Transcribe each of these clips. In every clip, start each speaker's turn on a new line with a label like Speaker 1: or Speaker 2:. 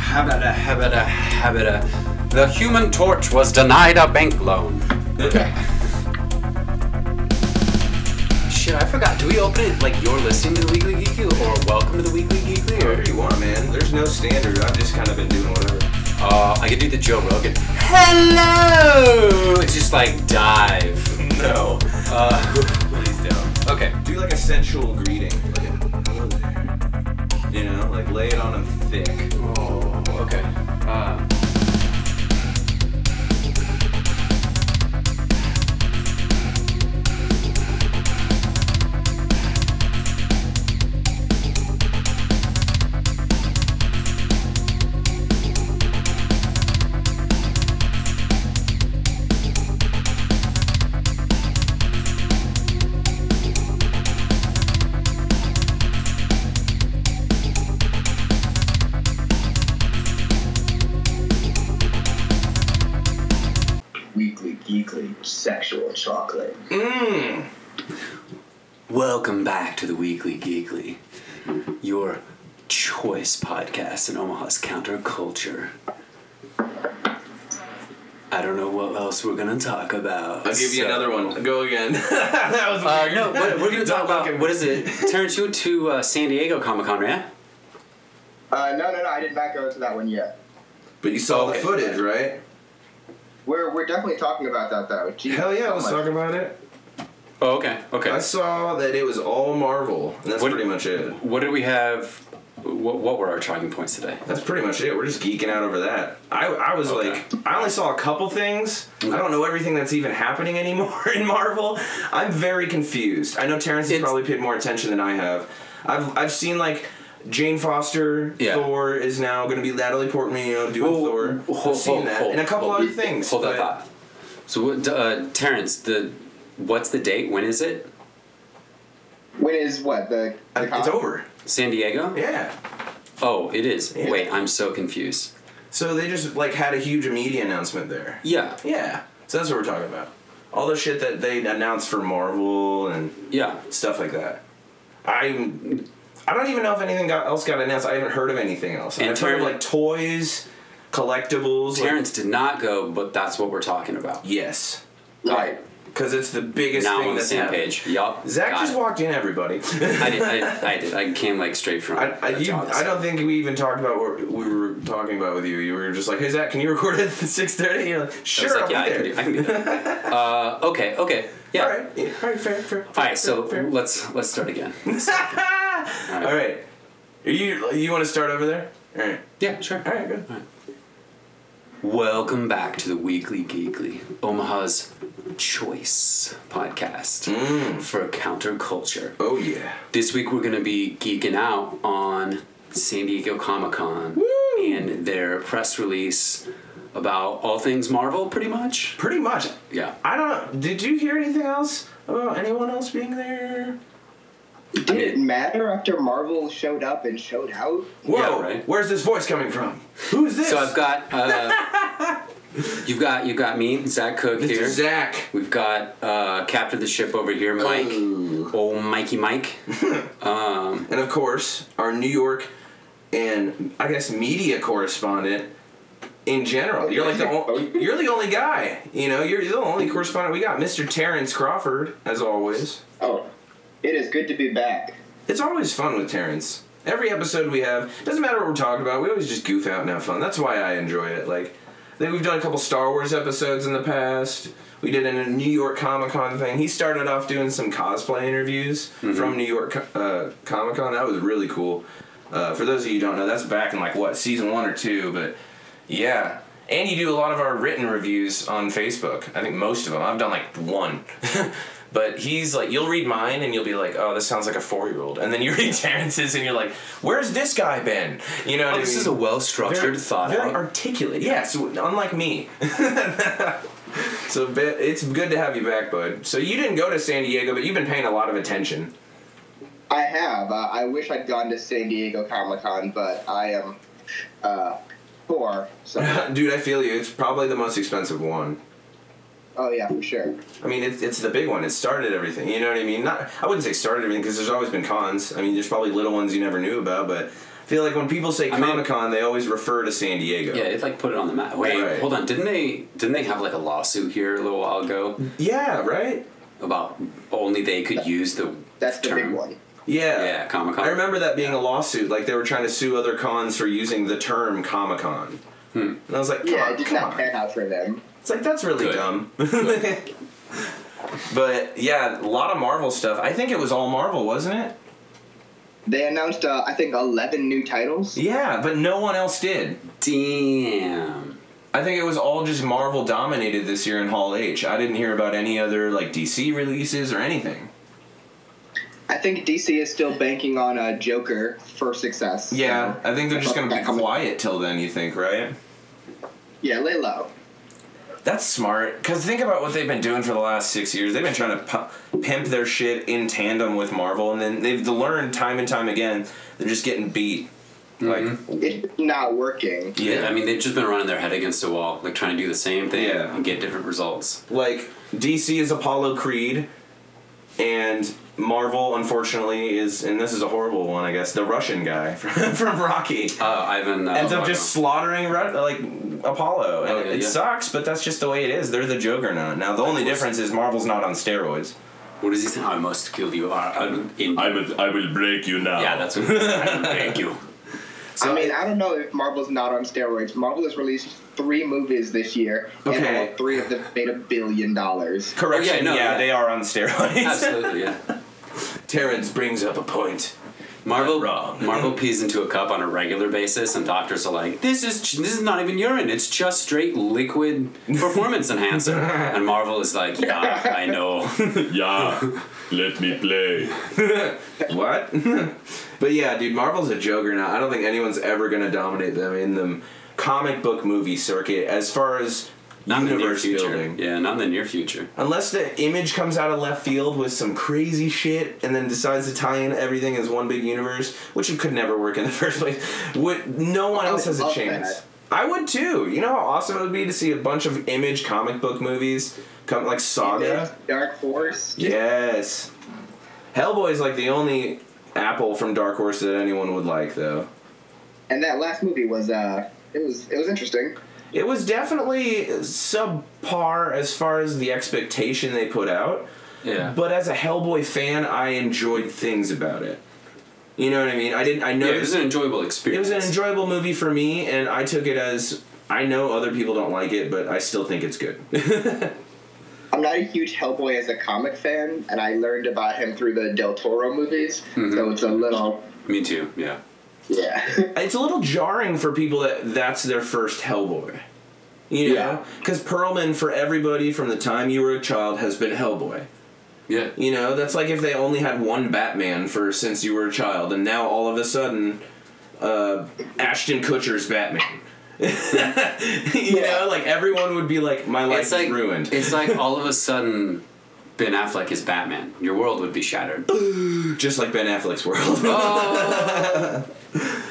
Speaker 1: habada, habada, habada. The human torch was denied a bank loan. Shit, I forgot. Do we open it like you're listening to the Weekly Geekly or welcome to the Weekly Geekly? Or,
Speaker 2: Whatever you want, man. There's no standard. I've just kind of been doing whatever.
Speaker 1: uh, I could do the Joe Rogan. Hello! It's just like dive.
Speaker 2: No.
Speaker 1: Uh,
Speaker 2: Please don't.
Speaker 1: okay.
Speaker 2: Do like a sensual greeting. Like, hello there. You know, like lay it on them thick.
Speaker 1: Oh, okay. Uh,
Speaker 3: Weekly Geekly Sexual Chocolate.
Speaker 1: Mmm. Welcome back to the Weekly Geekly, your choice podcast in Omaha's counterculture. I don't know what else we're gonna talk about.
Speaker 2: I'll give you
Speaker 1: so-
Speaker 2: another one. Go again. that was
Speaker 1: Uh,
Speaker 2: weird.
Speaker 1: no, what, we're gonna talk
Speaker 2: Don't
Speaker 1: about
Speaker 2: look at
Speaker 1: what
Speaker 2: me.
Speaker 1: is it? Terrence, you went to uh, San Diego Comic Con, right?
Speaker 3: Uh, no, no, no, I did not go to that one yet.
Speaker 2: But you saw
Speaker 1: Okay.
Speaker 2: the footage, right?
Speaker 3: We're, we're definitely talking about that though. Jeez,
Speaker 2: Hell yeah,
Speaker 3: so
Speaker 2: let's
Speaker 3: much.
Speaker 2: talk about it.
Speaker 1: Oh, okay, okay.
Speaker 2: I saw that it was all Marvel, and that's
Speaker 1: What-
Speaker 2: pretty much it.
Speaker 1: What did we have? What, what were our talking points today?
Speaker 2: That's pretty much it. We're just geeking out over that. I, I was
Speaker 1: Okay.
Speaker 2: like, I only saw a couple things. I don't know everything that's even happening anymore in Marvel. I'm very confused. I know Terrence has
Speaker 1: It's-
Speaker 2: probably paid more attention than I have. I've I've seen like Jane Foster,
Speaker 1: Yeah.
Speaker 2: Thor is now going to be Natalie Portman, you know, doing Thor.
Speaker 1: Hold,
Speaker 2: I've seen
Speaker 1: hold,
Speaker 2: that
Speaker 1: hold,
Speaker 2: and a couple
Speaker 1: hold.
Speaker 2: other things.
Speaker 1: Hold that
Speaker 2: but
Speaker 1: thought. So, what, uh, Terrence, the what's the date? When is it?
Speaker 3: When is what the? the
Speaker 2: I-
Speaker 3: con-
Speaker 2: It's over.
Speaker 1: San Diego?
Speaker 2: Yeah.
Speaker 1: Oh, it is.
Speaker 2: Yeah.
Speaker 1: Wait, I'm so confused.
Speaker 2: So they just like had a huge media announcement there.
Speaker 1: Yeah,
Speaker 2: Yeah. So that's what we're talking about. All the shit that they announced for Marvel and.
Speaker 1: yeah.
Speaker 2: stuff like that. I'm. I don't even know if anything got, else got announced. I haven't heard of anything else.
Speaker 1: And
Speaker 2: I've heard of
Speaker 1: Terrence-
Speaker 2: like toys, collectibles. like-
Speaker 1: Terrence did not go, but that's what we're talking about.
Speaker 2: yes,
Speaker 3: Right.
Speaker 2: because it's the biggest
Speaker 1: Now I'm
Speaker 2: thing
Speaker 1: on the
Speaker 2: that's
Speaker 1: same
Speaker 2: happened.
Speaker 1: page. Yup.
Speaker 2: Zach
Speaker 1: got
Speaker 2: just
Speaker 1: it.
Speaker 2: walked in, everybody.
Speaker 1: I did, I, I did. I came like straight from.
Speaker 2: I,
Speaker 1: a
Speaker 2: I, you,
Speaker 1: job
Speaker 2: I don't think we even talked about what we were talking about with you. You were just like, "Hey Zach, can you record at six 30? You're like,
Speaker 1: I was
Speaker 2: "Sure,
Speaker 1: like,
Speaker 2: I'll
Speaker 1: yeah,
Speaker 2: be there."
Speaker 1: I can do. I can do that. uh, okay. Okay. Yeah.
Speaker 2: All right, yeah, all right, fair, fair.
Speaker 1: All right, so let's let's start again.
Speaker 2: all right. You you want to start over there? All right,
Speaker 1: Yeah, sure.
Speaker 2: all right, good.
Speaker 1: Welcome back to the Weekly Geekly, Omaha's choice podcast
Speaker 2: Mm.
Speaker 1: for counterculture.
Speaker 2: Oh yeah.
Speaker 1: This week we're going to be geeking out on San Diego Comic Con and their press release about all things Marvel, pretty much.
Speaker 2: Pretty much.
Speaker 1: Yeah.
Speaker 2: I don't know. Did you hear anything else about anyone else being there?
Speaker 3: Did it matter after Marvel showed up and showed out?
Speaker 2: Whoa!
Speaker 1: Yeah, right.
Speaker 2: Where's this voice coming from? Who's this?
Speaker 1: So I've got uh, you've got you've got me, Zach Cook
Speaker 2: Mr.
Speaker 1: here.
Speaker 2: Zach.
Speaker 1: We've got uh, Captain of the Ship over here, Mike.
Speaker 2: Ooh.
Speaker 1: Oh, Mikey Mike.
Speaker 2: And of course, our New York and I guess media correspondent in general. You're like the only, you're the only guy. You know, you're the only correspondent we got. Mr. Terrence Crawford, as always.
Speaker 3: Oh, it is good to be back.
Speaker 2: It's always fun with Terrence. Every episode we have doesn't matter what we're talking about. We always just goof out and have fun. That's why I enjoy it. Like, I think we've done a couple Star Wars episodes in the past. We did a New York Comic Con thing. He started off doing some cosplay interviews from New York Co- uh, Comic Con. That was really cool. Uh, for those of you who don't know, that's back in like what season one or two, but yeah. And you do a lot of our written reviews on Facebook. I think most of them. I've done like one. but he's like, you'll read mine and you'll be like, oh, this sounds like a four year old. And then you read Terrence's and you're like, where's this guy been? You know what I
Speaker 1: This
Speaker 2: mean?
Speaker 1: is a well structured, thought
Speaker 2: very
Speaker 1: out.
Speaker 2: articulate. Yeah, so unlike me. so be- it's good to have you back, bud. So you didn't go to San Diego, but you've been paying a lot of attention.
Speaker 3: I have. Uh, I wish I'd gone to San Diego Comic Con, but I am uh, poor. So,
Speaker 2: Dude, I feel you. It's probably the most expensive one.
Speaker 3: oh yeah, for sure.
Speaker 2: I mean, it's, it's the big one. It started everything. You know what I mean? Not, I wouldn't say started everything because there's always been cons. I mean, there's probably little ones you never knew about, but I feel like when people say
Speaker 1: mean-
Speaker 2: Comic Con, they always refer to San Diego.
Speaker 1: Yeah, it like put it on the map. Wait,
Speaker 2: Right.
Speaker 1: hold on. Didn't they didn't they have like a lawsuit here a little while ago
Speaker 2: Yeah, right?
Speaker 1: about only they could use the
Speaker 3: That's the
Speaker 1: term?
Speaker 3: big one.
Speaker 2: Yeah.
Speaker 1: Yeah, Comic-Con.
Speaker 2: I remember that being a lawsuit. Like, they were trying to sue other cons for using the term Comic Con. And I was like,
Speaker 3: Yeah,
Speaker 2: "Come
Speaker 3: it did
Speaker 2: come
Speaker 3: not
Speaker 2: on."
Speaker 3: pan out for them.
Speaker 2: It's like that's really
Speaker 1: Good.
Speaker 2: dumb. but yeah, a lot of Marvel stuff. I think it was all Marvel, wasn't it?
Speaker 3: They announced, uh, I think, 11 new titles.
Speaker 2: Yeah, but no one else did.
Speaker 1: Damn.
Speaker 2: I think it was all just Marvel dominated this year in Hall H. I didn't hear about any other like DC releases or anything.
Speaker 3: I think DC is still banking on uh, Joker for success.
Speaker 2: Yeah,
Speaker 3: So,
Speaker 2: I think they're just gonna be
Speaker 3: That comes-
Speaker 2: quiet till then. You think, right?
Speaker 3: yeah, lay low.
Speaker 2: That's smart. Cause think about what they've been doing for the last six years. They've been trying to pu- pimp their shit in tandem with Marvel, and then they've learned time and time again they're just getting beat. Like,
Speaker 3: It's not working.
Speaker 1: Yeah. I mean, they've just been running their head against a wall, like trying to do the same thing
Speaker 2: Yeah.
Speaker 1: and get different results.
Speaker 2: like DC is Apollo Creed, and Marvel, unfortunately, is and this is a horrible one, I guess. The Russian guy from, from Rocky
Speaker 1: Oh, Ivan. Uh,
Speaker 2: ends up
Speaker 1: Lobov.
Speaker 2: just slaughtering Ru- like Apollo, and
Speaker 1: Oh, yeah,
Speaker 2: it
Speaker 1: yeah.
Speaker 2: sucks, but that's just the way it is. They're the juggernaut. Now the only difference is Marvel's not on steroids.
Speaker 1: What does he say? I must kill you. I, I, in,
Speaker 4: I will, I will break you now.
Speaker 1: yeah, that's what. he says. I will break you.
Speaker 3: I mean, I don't know if Marvel's not on steroids. Marvel has released three movies this year,
Speaker 2: Okay.
Speaker 3: and all three of them made a billion dollars.
Speaker 2: Correction.
Speaker 1: no,
Speaker 2: Oh, yeah,
Speaker 1: yeah.
Speaker 2: they are on steroids.
Speaker 1: Absolutely, yeah.
Speaker 2: Terrence brings up a point.
Speaker 1: Marvel
Speaker 2: wrong.
Speaker 1: Marvel pees into a cup on a regular basis, and doctors are like, "This is this is not even urine. It's just straight liquid performance enhancer." And Marvel is like, "Yeah, I know."
Speaker 4: Yeah, let me play.
Speaker 2: What? but yeah, dude, Marvel's a juggernaut. I don't think anyone's ever gonna dominate them in the comic book movie circuit as far as
Speaker 1: Not in the near
Speaker 2: universe
Speaker 1: future.
Speaker 2: building.
Speaker 1: Yeah, not in the near future.
Speaker 2: Unless the image comes out of left field with some crazy shit and then decides to tie in everything as one big universe, which it could never work in the first place. Would no one
Speaker 3: I
Speaker 2: else has a
Speaker 3: love that.
Speaker 2: chance. I would too. You know how awesome it would be to see a bunch of image comic book movies come like Saga.
Speaker 3: Dark Force.
Speaker 2: Yes. Hellboy's like the only apple from Dark Horse that anyone would like, though.
Speaker 3: And that last movie was, uh, it was, it was interesting.
Speaker 2: It was definitely subpar as far as the expectation they put out,
Speaker 1: Yeah,
Speaker 2: but as a Hellboy fan, I enjoyed things about it. You know what I mean? I didn't. I
Speaker 1: yeah, it was
Speaker 2: noticed
Speaker 1: an enjoyable experience.
Speaker 2: it was an enjoyable movie for me, and I took it as I know other people don't like it, but I still think it's good.
Speaker 3: I'm not a huge Hellboy as a comic fan, and I learned about him through the Del Toro movies, so it's a little,
Speaker 1: Me too. Yeah,
Speaker 3: yeah.
Speaker 2: it's a little jarring for people that that's their first Hellboy. You
Speaker 3: Yeah.
Speaker 2: know, because Perlman for everybody from the time you were a child has been Hellboy.
Speaker 1: yeah.
Speaker 2: You know, that's like if they only had one Batman for since you were a child, and now all of a sudden, uh, Ashton Kutcher's Batman. you know, like everyone would be like, "My life
Speaker 1: It's
Speaker 2: is
Speaker 1: like
Speaker 2: ruined."
Speaker 1: It's like all of a sudden, Ben Affleck is Batman. Your world would be shattered.
Speaker 2: Just like Ben Affleck's world.
Speaker 1: Oh.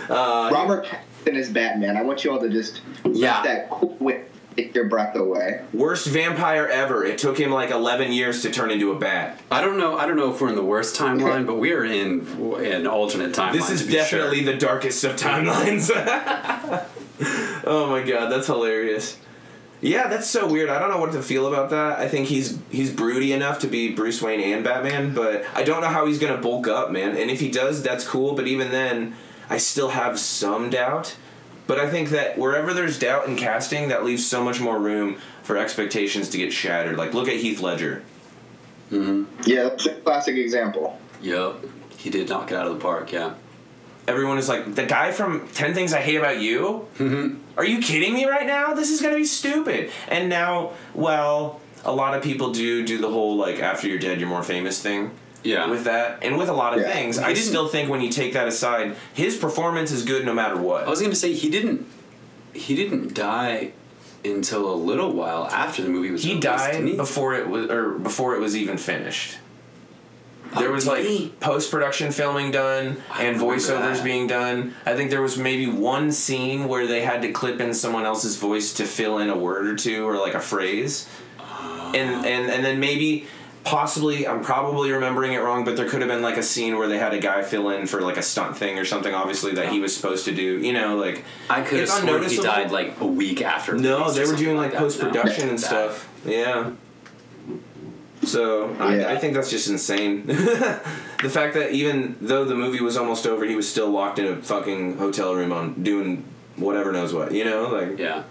Speaker 3: Robert Pattinson is Batman. I want you all to just
Speaker 1: Yeah.
Speaker 3: let that quick take your breath away.
Speaker 2: Worst vampire ever. It took him like eleven years to turn into a bat.
Speaker 1: I don't know. I don't know if we're in the worst timeline, but we are in an alternate timeline.
Speaker 2: This is
Speaker 1: to be sure.
Speaker 2: definitely the darkest of timelines. oh my god, that's hilarious. Yeah, that's so weird. I don't know what to feel about that. I think he's he's broody enough to be Bruce Wayne and Batman, but I don't know how he's gonna bulk up, man. And if he does, that's cool. But even then, I still have some doubt. But I think that wherever there's doubt in casting, that leaves so much more room for expectations to get shattered. Like look at Heath Ledger.
Speaker 3: Yeah, that's a classic example.
Speaker 1: Yep. He did knock it out of the park, yeah.
Speaker 2: everyone is like, the guy from 10 Things I Hate About You? Are you kidding me right now? This is gonna be stupid. And now, well, a lot of people do do the whole like after you're dead, you're more famous thing.
Speaker 1: Yeah.
Speaker 2: With that, and with a lot of
Speaker 3: Yeah.
Speaker 2: things, I
Speaker 1: didn't-
Speaker 2: still think when you take that aside, his performance is good no matter what.
Speaker 1: I was gonna say he didn't he didn't die until a little while after the movie was
Speaker 2: he
Speaker 1: released,
Speaker 2: died
Speaker 1: didn't he?
Speaker 2: before it was or before it was even finished. There
Speaker 1: Oh,
Speaker 2: was
Speaker 1: did
Speaker 2: like
Speaker 1: he?
Speaker 2: post production filming done
Speaker 1: I
Speaker 2: and
Speaker 1: remember
Speaker 2: voiceovers
Speaker 1: that.
Speaker 2: being done. I think there was maybe one scene where they had to clip in someone else's
Speaker 1: Ah.
Speaker 2: voice to fill in a word or two or like a phrase. And and and then maybe possibly I'm probably remembering it wrong, but there could have been like a scene where they had a guy fill in for like a stunt thing or something. Obviously, that he was supposed to do. You know, like
Speaker 1: I could have
Speaker 2: it's
Speaker 1: sworn he
Speaker 2: unnoticeable.
Speaker 1: died like a week after.
Speaker 2: No,
Speaker 1: release or
Speaker 2: they were
Speaker 1: something
Speaker 2: doing like
Speaker 1: that.
Speaker 2: post production
Speaker 1: No. Bad.
Speaker 2: and stuff. Yeah. So I, I
Speaker 3: Yeah.
Speaker 2: think that's just insane. the fact that even though the movie was almost over, he was still locked in a fucking hotel room on doing whatever knows what. You know, like
Speaker 1: Yeah.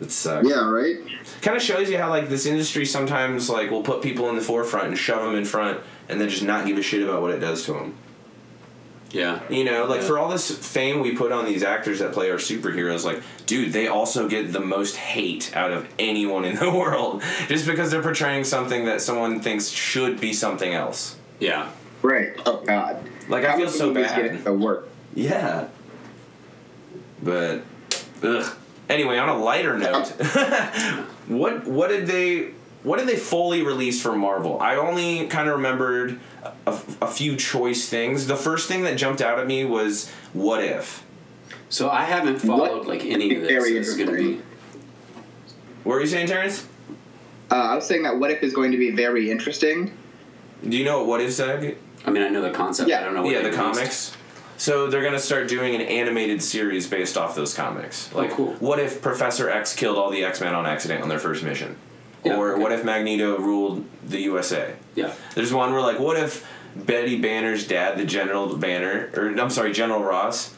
Speaker 2: it sucks.
Speaker 3: Yeah, right?
Speaker 2: Kind of shows you how like this industry sometimes like will put people in the forefront and shove them in front, and then just not give a shit about what it does to them.
Speaker 1: Yeah.
Speaker 2: You know, like
Speaker 1: Yeah.
Speaker 2: for all this fame we put on these actors that play our superheroes, like, dude, they also get the most hate out of anyone in the world just because they're portraying something that someone thinks should be something else.
Speaker 1: Yeah.
Speaker 3: Right. Oh, God.
Speaker 2: Like, I
Speaker 3: How
Speaker 2: feel
Speaker 3: many
Speaker 2: so
Speaker 3: movies get
Speaker 2: bad.
Speaker 3: it to work?
Speaker 2: Yeah. But, ugh. Anyway, on a lighter note, what what did they what did they fully release for Marvel? I only kind of remembered a, a few choice things. The first thing that jumped out at me was What If.
Speaker 1: So I haven't followed like any of this.
Speaker 3: Very
Speaker 1: so this is gonna be
Speaker 3: interesting.
Speaker 2: What were you saying, Terrence?
Speaker 3: Uh, I was saying that What If is going to be very interesting.
Speaker 2: Do you know what What If Zag?
Speaker 1: I mean I know the concept,
Speaker 3: Yeah.
Speaker 1: I don't know what
Speaker 2: Yeah,
Speaker 1: they
Speaker 2: the
Speaker 1: released.
Speaker 2: comics. So they're gonna start doing an animated series based off those comics. Like,
Speaker 1: Oh, cool.
Speaker 2: what if Professor X killed all the X Men on accident on their first mission?
Speaker 1: Yeah,
Speaker 2: or
Speaker 1: okay.
Speaker 2: what if Magneto ruled the USA?
Speaker 1: Yeah.
Speaker 2: There's one where like, what if Betty Banner's dad, the General Banner, or I'm sorry, General Ross.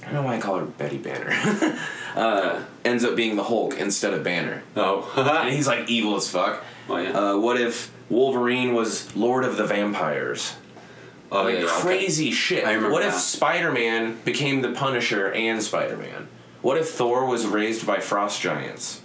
Speaker 2: I don't know why I call her Betty Banner. uh, ends up being the Hulk instead of Banner, and
Speaker 1: Oh.
Speaker 2: he's like evil as fuck.
Speaker 1: Oh, yeah.
Speaker 2: Uh, what if Wolverine was Lord of the Vampires?
Speaker 1: oh
Speaker 2: Like
Speaker 1: yeah, yeah, okay.
Speaker 2: crazy shit.
Speaker 1: I remember
Speaker 2: what if
Speaker 1: that.
Speaker 2: Spider Man became the Punisher and Spider Man? What if Thor was raised by frost giants?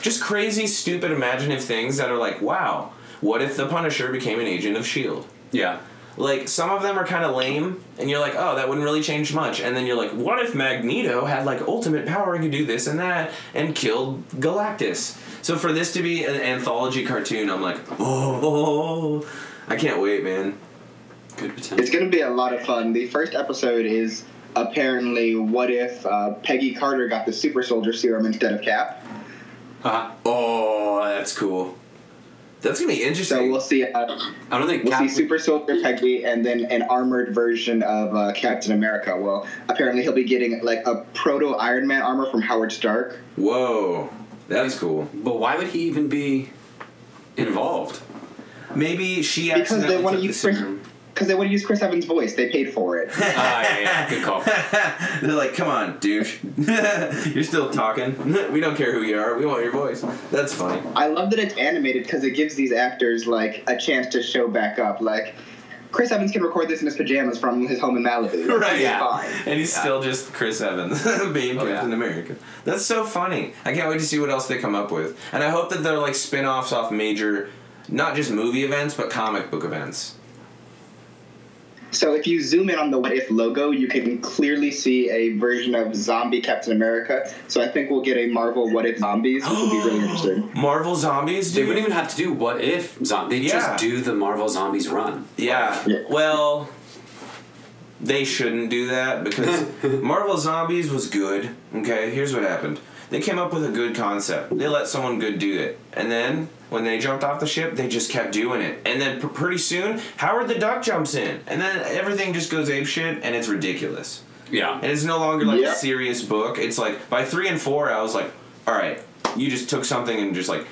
Speaker 2: Just crazy, stupid, imaginative things that are like, wow. What if the Punisher became an agent of S.H.I.E.L.D.?
Speaker 1: Yeah.
Speaker 2: E Like, some of them are kind of lame, and you're like, oh, that wouldn't really change much. And then you're like, what if Magneto had, like, ultimate power and could do this and that and killed Galactus? So for this to be an anthology cartoon, I'm like, oh, I can't wait, man.
Speaker 1: Good
Speaker 3: It's
Speaker 1: potential.
Speaker 3: going to be a lot of fun. The first episode is apparently what if uh, Peggy Carter got the super soldier serum instead of Cap.
Speaker 1: Uh,
Speaker 2: Oh, that's cool. That's gonna be
Speaker 3: So
Speaker 2: interesting.
Speaker 3: we'll see. Uh,
Speaker 1: I don't think
Speaker 3: we'll
Speaker 1: Cap
Speaker 3: see
Speaker 1: would-
Speaker 3: super soldier Peggy and then an armored version of uh, Captain America. Well, apparently he'll be getting like a proto Iron Man armor from Howard Stark.
Speaker 2: Whoa, that's cool.
Speaker 1: But why would he even be involved?
Speaker 2: Maybe she
Speaker 3: Because they
Speaker 2: accidentally
Speaker 3: wanna
Speaker 2: took the
Speaker 3: use Chris-
Speaker 2: serum.
Speaker 3: Because they want to use Chris Evans' voice. They paid for it.
Speaker 1: Ah, yeah, yeah, good call.
Speaker 2: They're like, come on, douche. You're still talking. we don't care who you are. We want your voice. That's funny.
Speaker 3: I love that it's animated because it gives these actors like a chance to show back up. Like Chris Evans can record this in his pajamas from his home in Malibu.
Speaker 2: Right.
Speaker 3: He's
Speaker 1: Yeah.
Speaker 3: fine.
Speaker 2: And he's
Speaker 1: Yeah.
Speaker 2: still just Chris Evans being
Speaker 1: Oh, yeah.
Speaker 2: Captain America. That's so funny. I can't wait to see what else they come up with. And I hope that they're like spin offs off major, not just movie events, but comic book events.
Speaker 3: So if you zoom in on the What If logo, you can clearly see a version of zombie Captain America. So I think we'll get a Marvel What If Zombies, which will be really interesting.
Speaker 2: Marvel Zombies,
Speaker 1: They
Speaker 2: dude.
Speaker 1: wouldn't even have to do what if zombie. They
Speaker 2: Yeah.
Speaker 1: just do the Marvel Zombies run.
Speaker 2: Yeah.
Speaker 3: Yeah.
Speaker 2: Well, they shouldn't do that because Marvel Zombies was good. Okay, here's what happened. They came up with a good concept. They let someone good do it. And then when they jumped off the ship, they just kept doing it. And then pr- pretty soon, Howard the Duck jumps in. And then everything just goes apeshit and it's ridiculous.
Speaker 1: Yeah.
Speaker 2: And it's no longer like
Speaker 3: Yeah.
Speaker 2: a serious book. It's like by three and four, I was like, all right, you just took something and just like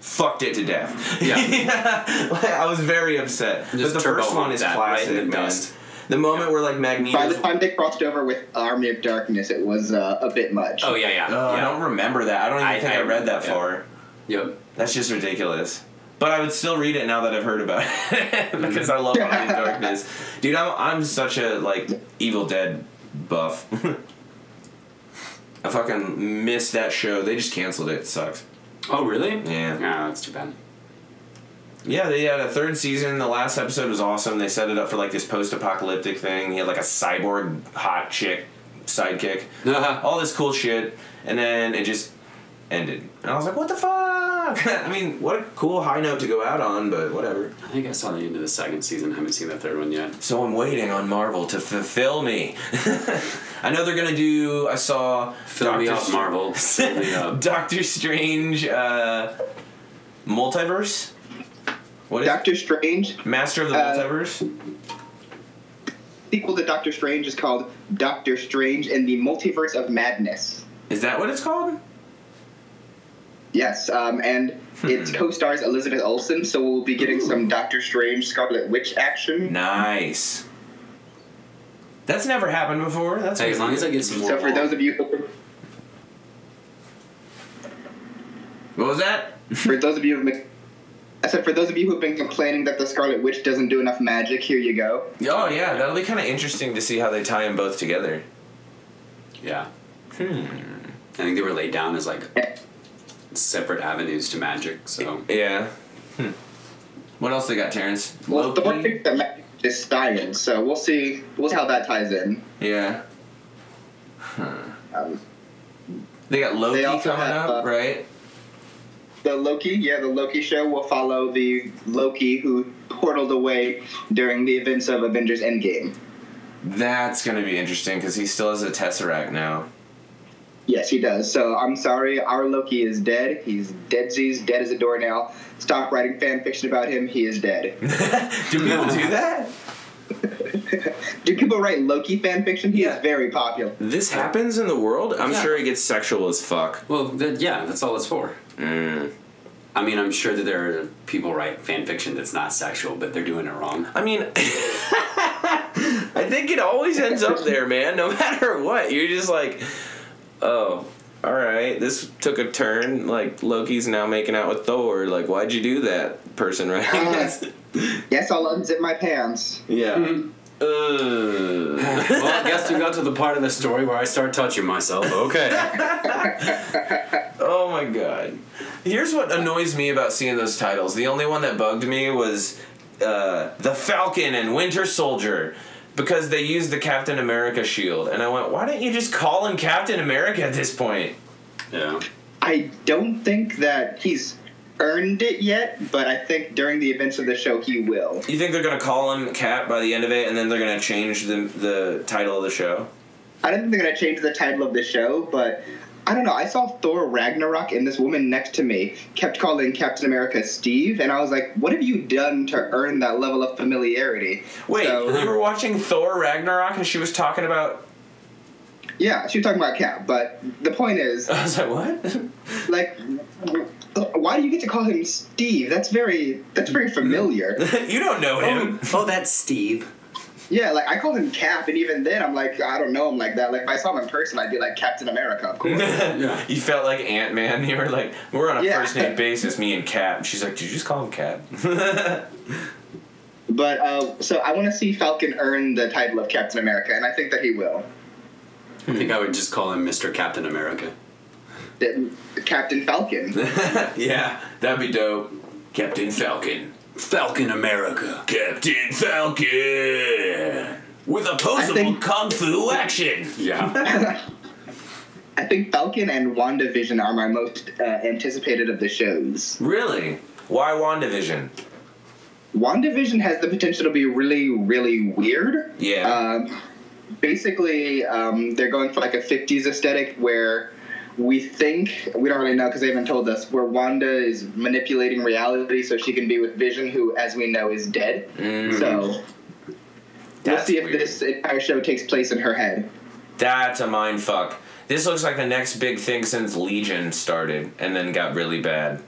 Speaker 2: fucked it to death.
Speaker 1: Yeah.
Speaker 2: Like, I was very upset.
Speaker 1: Just
Speaker 2: but the
Speaker 1: turbo
Speaker 2: first one is
Speaker 1: that, right in
Speaker 2: classic,
Speaker 1: the
Speaker 2: man.
Speaker 1: dust.
Speaker 2: The moment where like Magneto.
Speaker 3: By the time they crossed over with Army of Darkness, it was uh, a bit much.
Speaker 1: Oh yeah, yeah.
Speaker 2: Oh, I
Speaker 1: yeah.
Speaker 2: don't remember that. I don't even
Speaker 1: I-
Speaker 2: think
Speaker 1: I
Speaker 2: I, read
Speaker 1: remember,
Speaker 2: that
Speaker 1: yeah.
Speaker 2: far.
Speaker 1: Yep.
Speaker 2: That's just ridiculous. But I would still read it now that I've heard about it because I love Army of Darkness, dude. I'm I'm such a like Evil Dead buff. I fucking missed that show. They just canceled it. It sucks.
Speaker 1: Oh really?
Speaker 2: Yeah.
Speaker 1: Nah, that's too bad.
Speaker 2: Yeah, they had a third season. The last episode was awesome. They set it up for like this post-apocalyptic thing. He had like a cyborg hot chick sidekick. all this cool shit, and then it just ended. And I was like, what the fuck? I mean, what a cool high note to go out on, but whatever.
Speaker 1: I think I saw the end of the second season. I haven't seen the third one yet.
Speaker 2: So I'm waiting on Marvel to fulfill me. I know they're gonna do. I saw
Speaker 1: Fill me up,
Speaker 2: Str-
Speaker 1: Marvel. Fill me up.
Speaker 2: Doctor Strange uh, multiverse. What is it?
Speaker 3: Doctor Strange
Speaker 2: Master of the
Speaker 3: uh,
Speaker 2: Multiverse?
Speaker 3: sequel to Doctor Strange is called Doctor Strange in the Multiverse of Madness.
Speaker 2: Is that what it's called?
Speaker 3: Yes, um, and it co-stars Elizabeth Olsen, so we'll be getting some Doctor Strange Scarlet Witch action.
Speaker 2: Nice. That's never happened before. That's
Speaker 1: Hey, as long as I get some more.
Speaker 3: so for those of you,
Speaker 2: What was that?
Speaker 3: for those of you, who've been, I said for those of you who've been complaining that the Scarlet Witch doesn't do enough magic, here you go.
Speaker 2: Oh yeah, that'll be kind of interesting to see how they tie them both together.
Speaker 1: yeah.
Speaker 2: Hmm.
Speaker 1: I think they were laid down as like separate avenues to magic. So
Speaker 2: Yeah. Hmm. What else they got, Terrence?
Speaker 3: Well, the one
Speaker 2: Loki?
Speaker 3: thing that magic is Stein, so we'll see. We'll see how that ties in.
Speaker 2: Yeah.
Speaker 3: Um,
Speaker 2: They got Loki
Speaker 3: They also
Speaker 2: coming
Speaker 3: have,
Speaker 2: up,
Speaker 3: uh,
Speaker 2: right?
Speaker 3: the Loki, yeah, the Loki show will follow the Loki who portaled away during the events of Avengers Endgame.
Speaker 2: That's gonna be interesting because he still has a tesseract now.
Speaker 3: Yes, he does. So I'm sorry, our Loki is dead. He's deadsies, dead as a doornail. Stop writing fan fiction about him. He is dead.
Speaker 2: do people do that?
Speaker 3: Do people write Loki fan fiction? He
Speaker 2: Yeah.
Speaker 3: is very popular.
Speaker 2: This happens in the world. I'm
Speaker 1: Yeah.
Speaker 2: sure it gets sexual as fuck.
Speaker 1: well, that, yeah, that's all it's for.
Speaker 2: Mm.
Speaker 1: I mean, I'm sure that there are people write fan fiction that's not sexual, but they're doing it wrong.
Speaker 2: I mean, I think it always ends up there, man. No matter what, you're just like, oh, all right, this took a turn. Like Loki's now making out with Thor. Like, why'd you do that, person? Right?
Speaker 3: Uh. Yes, I'll unzip my pants.
Speaker 2: yeah. Ugh.
Speaker 1: well, I guess we got to the part of the story where I start touching myself. Okay.
Speaker 2: Oh my god. Here's what annoys me about seeing those titles. The only one that bugged me was uh, The Falcon and Winter Soldier because they used the Captain America shield. And I went, why don't you just call him Captain America at this point?
Speaker 1: yeah.
Speaker 3: I don't think that he's earned it yet, but I think during the events of the show he will.
Speaker 2: You think they're going to call him Cap by the end of it and then they're going to change the, the title of the show?
Speaker 3: I don't think they're gonna change the title of the show, but I don't know. I saw Thor Ragnarok, and this woman next to me kept calling Captain America Steve, and I was like, "What have you done to earn that level of familiarity?"
Speaker 2: Wait,
Speaker 3: So-
Speaker 2: you were watching Thor Ragnarok and she was talking about.
Speaker 3: Yeah, she was talking about Cap, but the point is,
Speaker 2: I was like, what?
Speaker 3: like, why do you get to call him Steve? That's very that's very familiar.
Speaker 2: you don't know him.
Speaker 1: Oh, that's Steve.
Speaker 3: yeah, like I called him Cap, and even then, I'm like, I don't know him like that. Like, if I saw him in person, I'd be like Captain America, of course.
Speaker 1: Yeah.
Speaker 2: You felt like Ant Man. You were like, we're on a
Speaker 3: Yeah.
Speaker 2: first name basis, me and Cap. And she's like, did you just call him Cap?
Speaker 3: but uh, so I want to see Falcon earn the title of Captain America, and I think that he will.
Speaker 1: I think I would just call him Mr. Captain America.
Speaker 3: That- Captain Falcon.
Speaker 2: yeah, that'd be dope. Captain Falcon.
Speaker 1: Falcon America.
Speaker 4: Captain Falcon!
Speaker 2: With opposable
Speaker 3: think-
Speaker 2: kung fu action.
Speaker 1: Yeah.
Speaker 3: I think Falcon and WandaVision are my most uh, anticipated of the shows.
Speaker 2: Really? Why WandaVision?
Speaker 3: WandaVision has the potential to be really, really weird.
Speaker 2: Yeah.
Speaker 3: Um, basically, um, they're going for like a 50s aesthetic where we think, we don't really know because they haven't told us, where Wanda is manipulating reality so she can be with Vision, who, as we know, is dead. So. We'll
Speaker 2: Mm. That's
Speaker 3: see if
Speaker 2: weird.
Speaker 3: this entire show takes place in her head.
Speaker 2: That's a mind fuck. This looks like the next big thing since Legion started and then got really bad.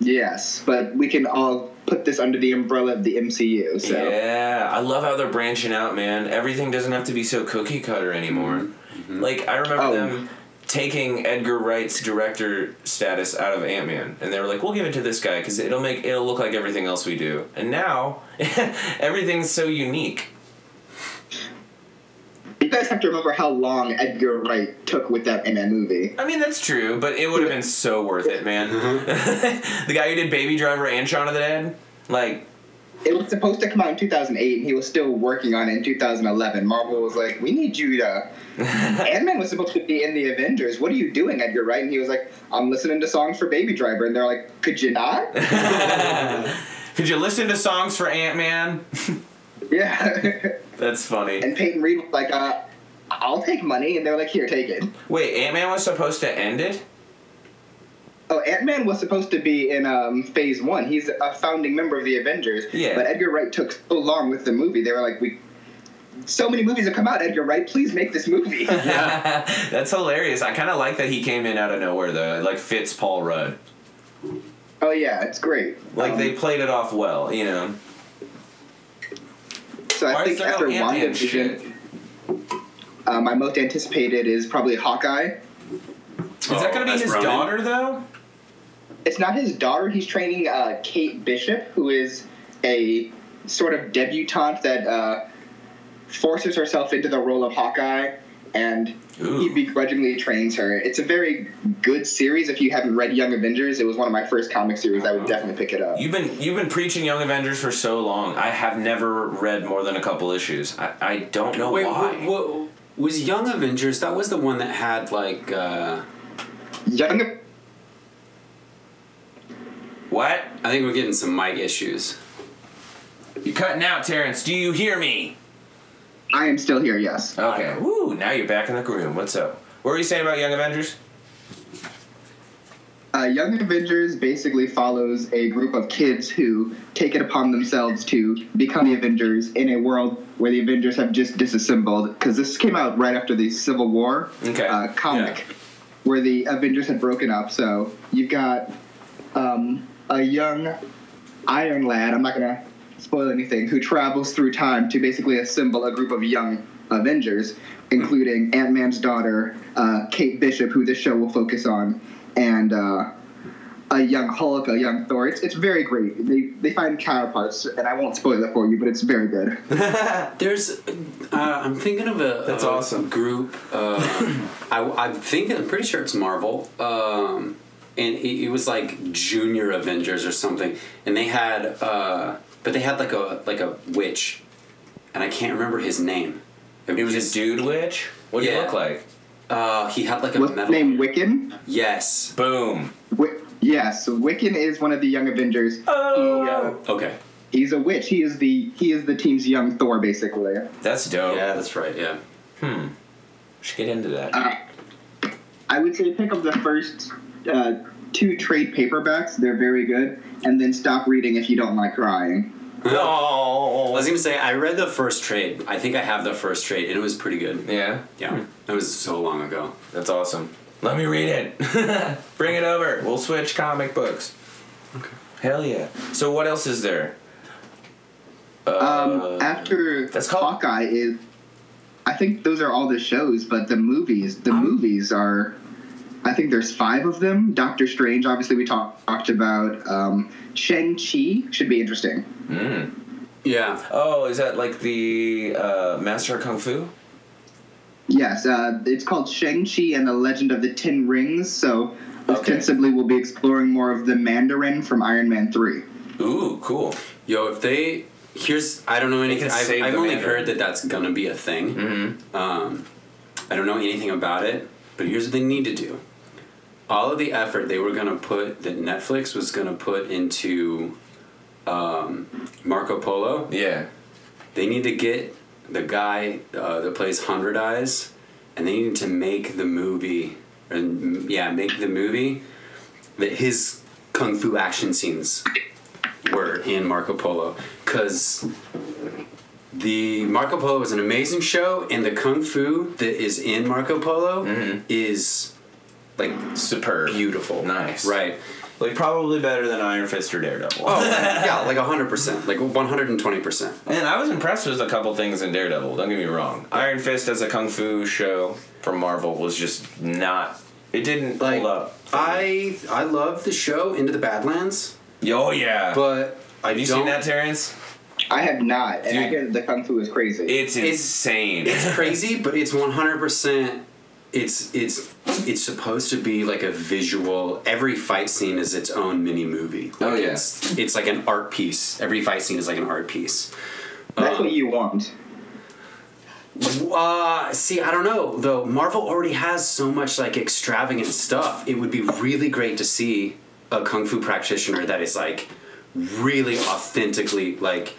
Speaker 3: Yes, but we can all put this under the umbrella of the MCU. So.
Speaker 2: Yeah, I love how they're branching out, man. Everything doesn't have to be so cookie cutter anymore. Like I remember
Speaker 3: Mm-hmm. Oh.
Speaker 2: them taking Edgar Wright's director status out of Ant Man, and they were like, "We'll give it to this guy because it'll make it'll look like everything else we do." And now everything's so unique.
Speaker 3: You guys have to remember how long Edgar Wright took with that in that movie.
Speaker 2: I mean, that's true, but it would have been so worth it, man. the guy who did Baby Driver and Shaun of the Dead, like,
Speaker 3: It was supposed to come out in 2008, and he was still working on it in 2011. Marvel was like, "We need you to." Ant Man was supposed to be in the Avengers. What are you doing, Edgar Wright? And he was like, "I'm listening to songs for Baby Driver," and they're like, "Could you not?"
Speaker 2: could you listen to songs for Ant Man?
Speaker 3: yeah.
Speaker 2: That's funny.
Speaker 3: and Peyton Reed was like, uh, "I'll take money," and they're like, "Here, take it."
Speaker 2: Wait, Ant Man was supposed to end it?
Speaker 3: Oh, Ant Man was supposed to be in um, Phase One. He's a founding member of the Avengers.
Speaker 2: Yeah.
Speaker 3: But Edgar Wright took so long with the movie. They were like, we. So many movies have come out. Edgar Wright, please make this movie.
Speaker 2: That's hilarious. I kind of like that he came in out of nowhere though. It, like fits Paul Rudd.
Speaker 3: oh yeah, it's great.
Speaker 2: Like
Speaker 3: Um,
Speaker 2: they played it off well, you know.
Speaker 3: So I
Speaker 2: Why is
Speaker 3: think
Speaker 2: there
Speaker 3: after
Speaker 2: no Ant-Man shit?
Speaker 3: WandaVision, uh, my most anticipated is probably Hawkeye.
Speaker 2: Is that
Speaker 1: Oh,
Speaker 2: gonna be his daughter though?
Speaker 3: It's not his daughter. He's training uh, Kate Bishop, who is a sort of debutante that uh, forces herself into the role of Hawkeye, and he
Speaker 2: Ooh.
Speaker 3: begrudgingly trains her. It's a very good series. If you haven't read Young Avengers, it was one of my first comic series. I would definitely pick it up.
Speaker 2: You've been you've been preaching Young Avengers for so long. I have never read more than a couple issues. I, I don't know
Speaker 1: Wait,
Speaker 2: why.
Speaker 1: wh- wh- was Young Avengers? That was the one that had like. Uh,
Speaker 3: Young
Speaker 2: What?
Speaker 1: I think we're getting some mic issues.
Speaker 2: You're cutting out, Terrence. Do you hear me?
Speaker 3: I am still here. Yes.
Speaker 2: Okay. Woo! Now you're back in the room. What's up? What were you saying about Young Avengers?
Speaker 3: Uh, Young Avengers basically follows a group of kids who take it upon themselves to become the Avengers in a world where the Avengers have just disassembled. Because this came out right after the Civil War
Speaker 2: Okay.
Speaker 3: uh, comic, where the Avengers had broken up. So you've got um, a young Iron Lad. I'm not gonna spoil anything. Who travels through time to basically assemble a group of young Avengers, including Ant Man's daughter, uh, Kate Bishop, who this show will focus on, and uh, a young Hulk, a young Thor. It's, it's very great. They they find counterparts, and I won't spoil it for you, but it's very good.
Speaker 1: There's, uh, I'm thinking of a
Speaker 2: That's
Speaker 1: a
Speaker 2: awesome.
Speaker 1: group. Uh, I, I'm thinking, I'm pretty sure it's Marvel, um, and it, it was like Junior Avengers or something, and they had, uh, but they had like a like a witch, and I can't remember his name.
Speaker 2: It was a dude witch. What do you
Speaker 1: Yeah.
Speaker 2: look like?
Speaker 1: Uh, he had like a
Speaker 3: What's his
Speaker 1: metal.
Speaker 3: name? Wiccan.
Speaker 1: Yes.
Speaker 2: Boom.
Speaker 3: Wi- yes, Wiccan is one of the young Avengers.
Speaker 2: Oh.
Speaker 1: Okay.
Speaker 3: He's a witch. He is the he is the team's young Thor, basically.
Speaker 2: That's dope.
Speaker 1: Yeah, that's right. Yeah.
Speaker 2: Should get into that.
Speaker 3: Uh, I would say pick up the first uh, two trade paperbacks. They're very good, and then stop reading if you don't like crying.
Speaker 1: I
Speaker 2: oh.
Speaker 1: was gonna say I read the first trade. I think I have the first trade, and it was pretty good.
Speaker 2: Yeah.
Speaker 1: Yeah, that was so long ago.
Speaker 2: That's awesome. Let me read it. Bring it over. We'll switch comic books.
Speaker 1: Okay.
Speaker 2: Hell yeah. So what else is there?
Speaker 3: Um,
Speaker 2: Uh,
Speaker 3: after
Speaker 2: that's called-
Speaker 3: Hawkeye is, I think those are all the shows, but the movies,
Speaker 2: Um,
Speaker 3: the movies are. I think there's five of them. Doctor Strange, obviously, we talk, talked about. Um, Shang Chi should be interesting.
Speaker 1: Yeah.
Speaker 2: Oh, is that like the uh, Master of Kung Fu?
Speaker 3: Yes, uh, it's called Shang-Chi and the Legend of the Ten Rings, so
Speaker 2: Okay.
Speaker 3: ostensibly we'll be exploring more of the Mandarin from Iron Man 3.
Speaker 2: Ooh, cool.
Speaker 1: Yo, if they here's I don't know anything.
Speaker 2: can save
Speaker 1: I've, I've
Speaker 2: the Mm-hmm.
Speaker 1: only
Speaker 2: Mandarin.
Speaker 1: heard that that's gonna be a thing. Um, I don't know anything about it, but here's what they need to do. All of the effort they were gonna put that Netflix was gonna put into um, Marco Polo,
Speaker 2: Yeah.
Speaker 1: they need to get the guy uh, that plays Hundred Eyes, and they need to make the movie, and mm, yeah, make the movie that his kung fu action scenes were in Marco Polo, because the Marco Polo is an amazing show, and the kung fu that is in Marco Polo is like
Speaker 2: Superb.
Speaker 1: beautiful,
Speaker 2: Nice.
Speaker 1: right?
Speaker 2: Like probably better than Iron Fist or Daredevil.
Speaker 1: Oh, yeah, like hundred percent, like one hundred and twenty percent.
Speaker 2: And I was impressed with a couple things in Daredevil. Don't get me wrong. Iron Fist as a kung fu show from Marvel was just not. It didn't
Speaker 1: Like
Speaker 2: hold up.
Speaker 1: I I love the show Into the Badlands.
Speaker 2: Oh yeah.
Speaker 1: But I
Speaker 2: have you
Speaker 1: don't,
Speaker 2: seen that, Terrence?
Speaker 3: I have not, and I
Speaker 2: Dude.
Speaker 3: hear that the Kung Fu is crazy.
Speaker 2: It's insane.
Speaker 1: It's crazy, but it's one hundred percent. It's it's it's supposed to be like a visual. Every fight scene is its own mini movie. Like
Speaker 2: Oh, yeah.
Speaker 1: it's, it's like an art piece. Every fight scene is like an art piece.
Speaker 3: That's what you want.
Speaker 1: Uh, see, I don't know though. Marvel already has so much like extravagant stuff. It would be really great to see a kung fu practitioner that is like really authentically like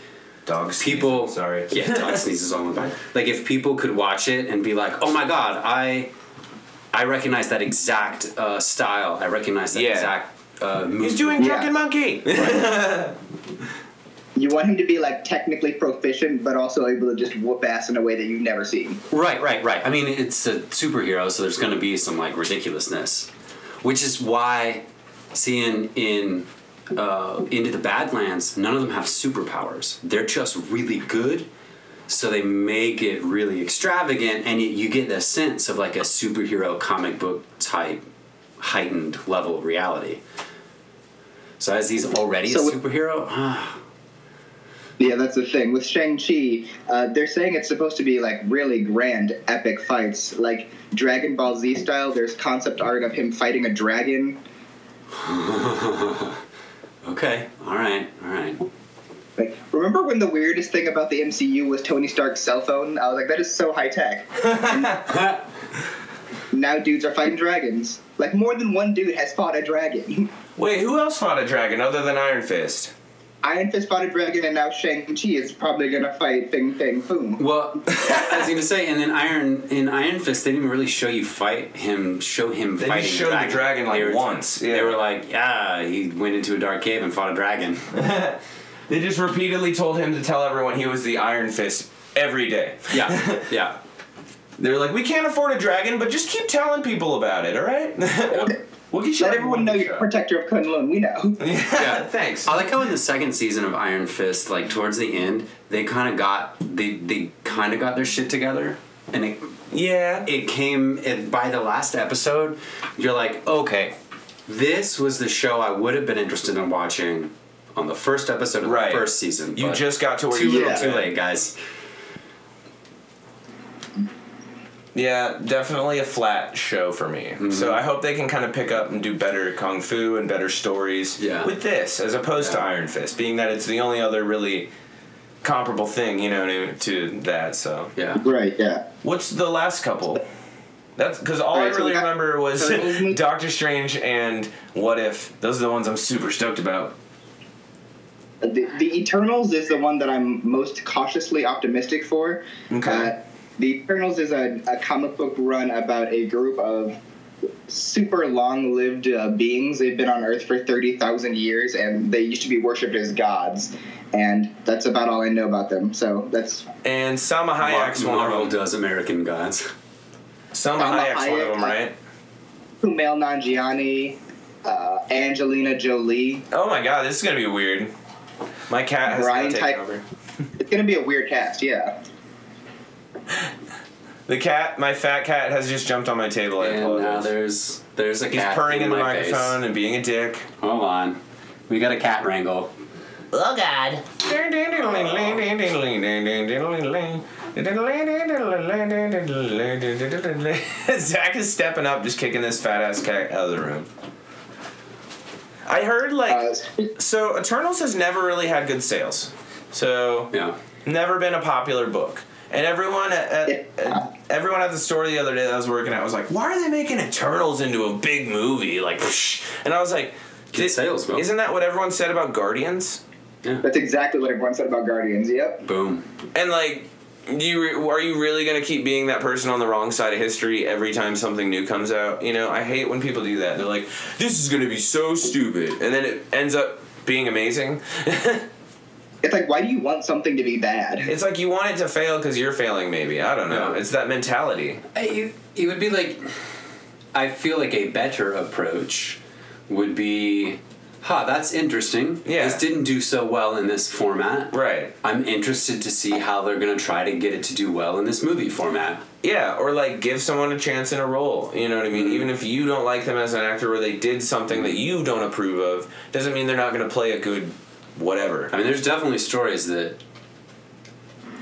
Speaker 2: Dogs.
Speaker 1: people
Speaker 2: Sorry.
Speaker 1: yeah dog sneezes all the time like if people could watch it and be like oh my god i i I recognize that exact uh, style. I recognize that
Speaker 2: Yeah.
Speaker 1: exact uh, movement.
Speaker 2: He's doing
Speaker 3: Yeah.
Speaker 2: Drunken Monkey.
Speaker 3: You want him to be like technically proficient, but also able to just whoop ass in a way that you've never seen.
Speaker 1: Right, right, right. I mean, it's a superhero, so there's going to be some like ridiculousness, which is why seeing in uh, into the Badlands, none of them have superpowers. They're just really good, so they make it really extravagant, and yet you get the sense of like a superhero comic book type heightened level of reality. So as he's already
Speaker 3: So
Speaker 1: a
Speaker 3: with-
Speaker 1: superhero, ah,
Speaker 3: Yeah, that's the thing. With Shang-Chi, uh, they're saying it's supposed to be like really grand, epic fights. Like Dragon Ball Z style, there's concept art of him fighting a dragon.
Speaker 1: okay, all right, all right.
Speaker 3: Like, remember when the weirdest thing about the MCU was Tony Stark's cell phone? I was like, that is so high tech. now dudes are fighting dragons. Like, more than one dude has fought a dragon.
Speaker 2: Wait, who else fought a dragon other than Iron Fist?
Speaker 3: Iron Fist fought a dragon, and now Shang-Chi is probably gonna fight Bing Bang Boom.
Speaker 1: Well, I was gonna say, and then Iron in Iron Fist, they didn't really show you fight him, show him
Speaker 2: They
Speaker 1: fighting.
Speaker 2: just showed
Speaker 1: dragon.
Speaker 2: the dragon like
Speaker 1: They were-
Speaker 2: once. Yeah.
Speaker 1: They were like, yeah, he went into a dark cave and fought a dragon.
Speaker 2: They just repeatedly told him to tell everyone he was the Iron Fist every day.
Speaker 1: Yeah, yeah.
Speaker 2: They're like, we can't afford a dragon, but just keep telling people about it, all right? we'll, we'll get you.
Speaker 3: Let everyone know you're protector of Kunlun. We know.
Speaker 2: Yeah,
Speaker 1: Yeah.
Speaker 2: thanks.
Speaker 1: I like how in the second season of Iron Fist, like towards the end, they kind of got they they kind of got their shit together, and it
Speaker 2: yeah.
Speaker 1: it came it, by the last episode. You're like, okay, this was the show I would have been interested in watching on the first episode of
Speaker 2: Right.
Speaker 1: the first season.
Speaker 2: you
Speaker 1: but-
Speaker 2: just got to where
Speaker 1: too
Speaker 2: you
Speaker 1: little,
Speaker 3: Yeah.
Speaker 1: too late, guys.
Speaker 2: Yeah, definitely a flat show for me.
Speaker 3: Mm-hmm.
Speaker 2: So I hope they can kind of pick up and do better kung fu and better stories
Speaker 1: Yeah.
Speaker 2: with this, as opposed to
Speaker 1: Yeah.
Speaker 2: Iron Fist, being that it's the only other really comparable thing, you know, to, to that. So
Speaker 1: Yeah.
Speaker 3: Right, yeah.
Speaker 2: what's the last couple? That's because all
Speaker 3: Alright,
Speaker 2: I
Speaker 3: so
Speaker 2: really
Speaker 3: we got-
Speaker 2: remember was
Speaker 3: so we'll move-
Speaker 2: Doctor Strange and What If. Those are the ones I'm super stoked about.
Speaker 3: The, the Eternals is the one that I'm most cautiously optimistic for.
Speaker 2: Okay.
Speaker 3: Uh, the Eternals is a, a comic book run about a group of super long lived uh, beings. They've been on Earth for 30,000 years and they used to be worshipped as gods. And that's about all I know about them. So that's.
Speaker 2: And Salma
Speaker 1: Mar-
Speaker 2: Hayek's one
Speaker 1: Marvel
Speaker 2: of them.
Speaker 1: does American Gods.
Speaker 2: Salma
Speaker 3: Salma
Speaker 2: Hayek's one of
Speaker 3: Hayek.
Speaker 2: them, right?
Speaker 3: Kumail Nanjiani, uh, Angelina Jolie.
Speaker 2: Oh my god, this is gonna be weird. My cat has
Speaker 3: Brian
Speaker 2: now taken
Speaker 3: Ty-
Speaker 2: over.
Speaker 3: It's going to be a weird cast, yeah.
Speaker 2: The cat, my fat cat, has just jumped on my table. I
Speaker 1: And now
Speaker 2: apologize.
Speaker 1: there's there's a
Speaker 2: He's
Speaker 1: cat
Speaker 2: purring in the
Speaker 1: my face.
Speaker 2: microphone and being a dick.
Speaker 1: Hold on, we got a cat wrangle.
Speaker 5: Oh God.
Speaker 2: Zach is stepping up, just kicking this fat ass cat out of the room. I heard like
Speaker 3: Uh,
Speaker 2: so Eternals has never really had good sales, so
Speaker 1: Yeah.
Speaker 2: never been a popular book. And everyone at, at, at- everyone at the store the other day that I was working at was like, "Why are they making Eternals into a big movie?" Like, psh. and I was like,
Speaker 1: Good
Speaker 2: "Did-
Speaker 1: sales, bro."
Speaker 2: Isn't that what everyone said about Guardians?"
Speaker 3: that's exactly what everyone said about Guardians, yep.
Speaker 1: Boom.
Speaker 2: And like, you re- are you really gonna keep being that person on the wrong side of history every time something new comes out? You know, I hate when people do that. They're like, "This is gonna be so stupid," and then it ends up being amazing.
Speaker 3: It's like, why do you want something to be bad?
Speaker 2: It's like you want it to fail because you're failing, maybe. I don't know.
Speaker 1: Yeah.
Speaker 2: It's that mentality.
Speaker 1: It, it would be like, I feel like a better approach would be, huh, that's interesting.
Speaker 2: Yeah.
Speaker 1: This didn't do so well in this format.
Speaker 2: Right.
Speaker 1: I'm interested to see how they're gonna try to get it to do well in this movie format.
Speaker 2: Yeah, or like give someone a chance in a role. You know what I mean? Even if you don't like them as an actor or they did something that you don't approve of, doesn't mean they're not going to play a good whatever.
Speaker 1: I mean, there's definitely stories that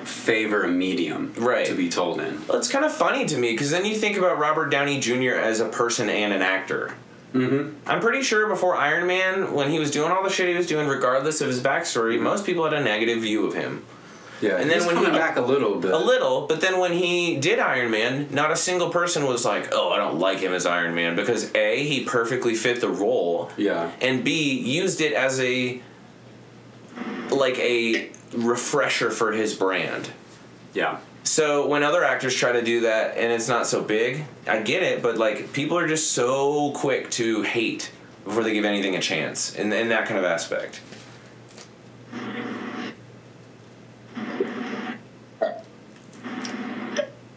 Speaker 1: favor a medium
Speaker 2: Right.
Speaker 1: to be told in.
Speaker 2: Well, it's kind of funny to me because then you think about Robert Downey Jr. as a person and an actor. Mm-hmm. I'm pretty sure before Iron Man, when he was doing all the shit he was doing, regardless of his backstory, most people had a negative view of him.
Speaker 1: Yeah,
Speaker 2: And
Speaker 1: and
Speaker 2: then
Speaker 1: then
Speaker 2: when
Speaker 1: coming
Speaker 2: he-
Speaker 1: back a little bit,
Speaker 2: A little, but then when he did Iron Man, not a single person was like, "Oh, I don't like him as Iron Man," because a he perfectly fit the role,
Speaker 1: yeah,
Speaker 2: and b used it as a like a refresher for his brand.
Speaker 1: yeah,
Speaker 2: So when other actors try to do that and it's not so big, I get it, but like people are just so quick to hate before they give anything a chance in, in that kind of aspect.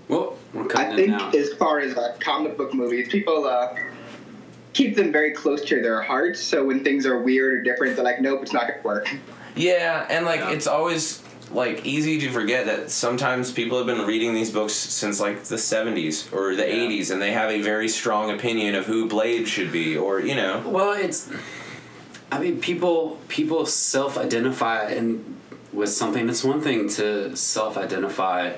Speaker 1: Well, we're cutting
Speaker 3: I
Speaker 1: in
Speaker 3: think
Speaker 1: now.
Speaker 3: as far as uh, comic book movies, people uh, keep them very close to their hearts. So when things are weird or different, they're like, nope, it's not gonna work.
Speaker 2: Yeah, and like
Speaker 1: Yeah.
Speaker 2: it's always like easy to forget that sometimes people have been reading these books since like the 70s or the
Speaker 1: Yeah.
Speaker 2: 80s and they have a very strong opinion of who Blade should be or you know.
Speaker 1: Well, it's. I mean, people people self-identify and with something. It's one thing to self-identify.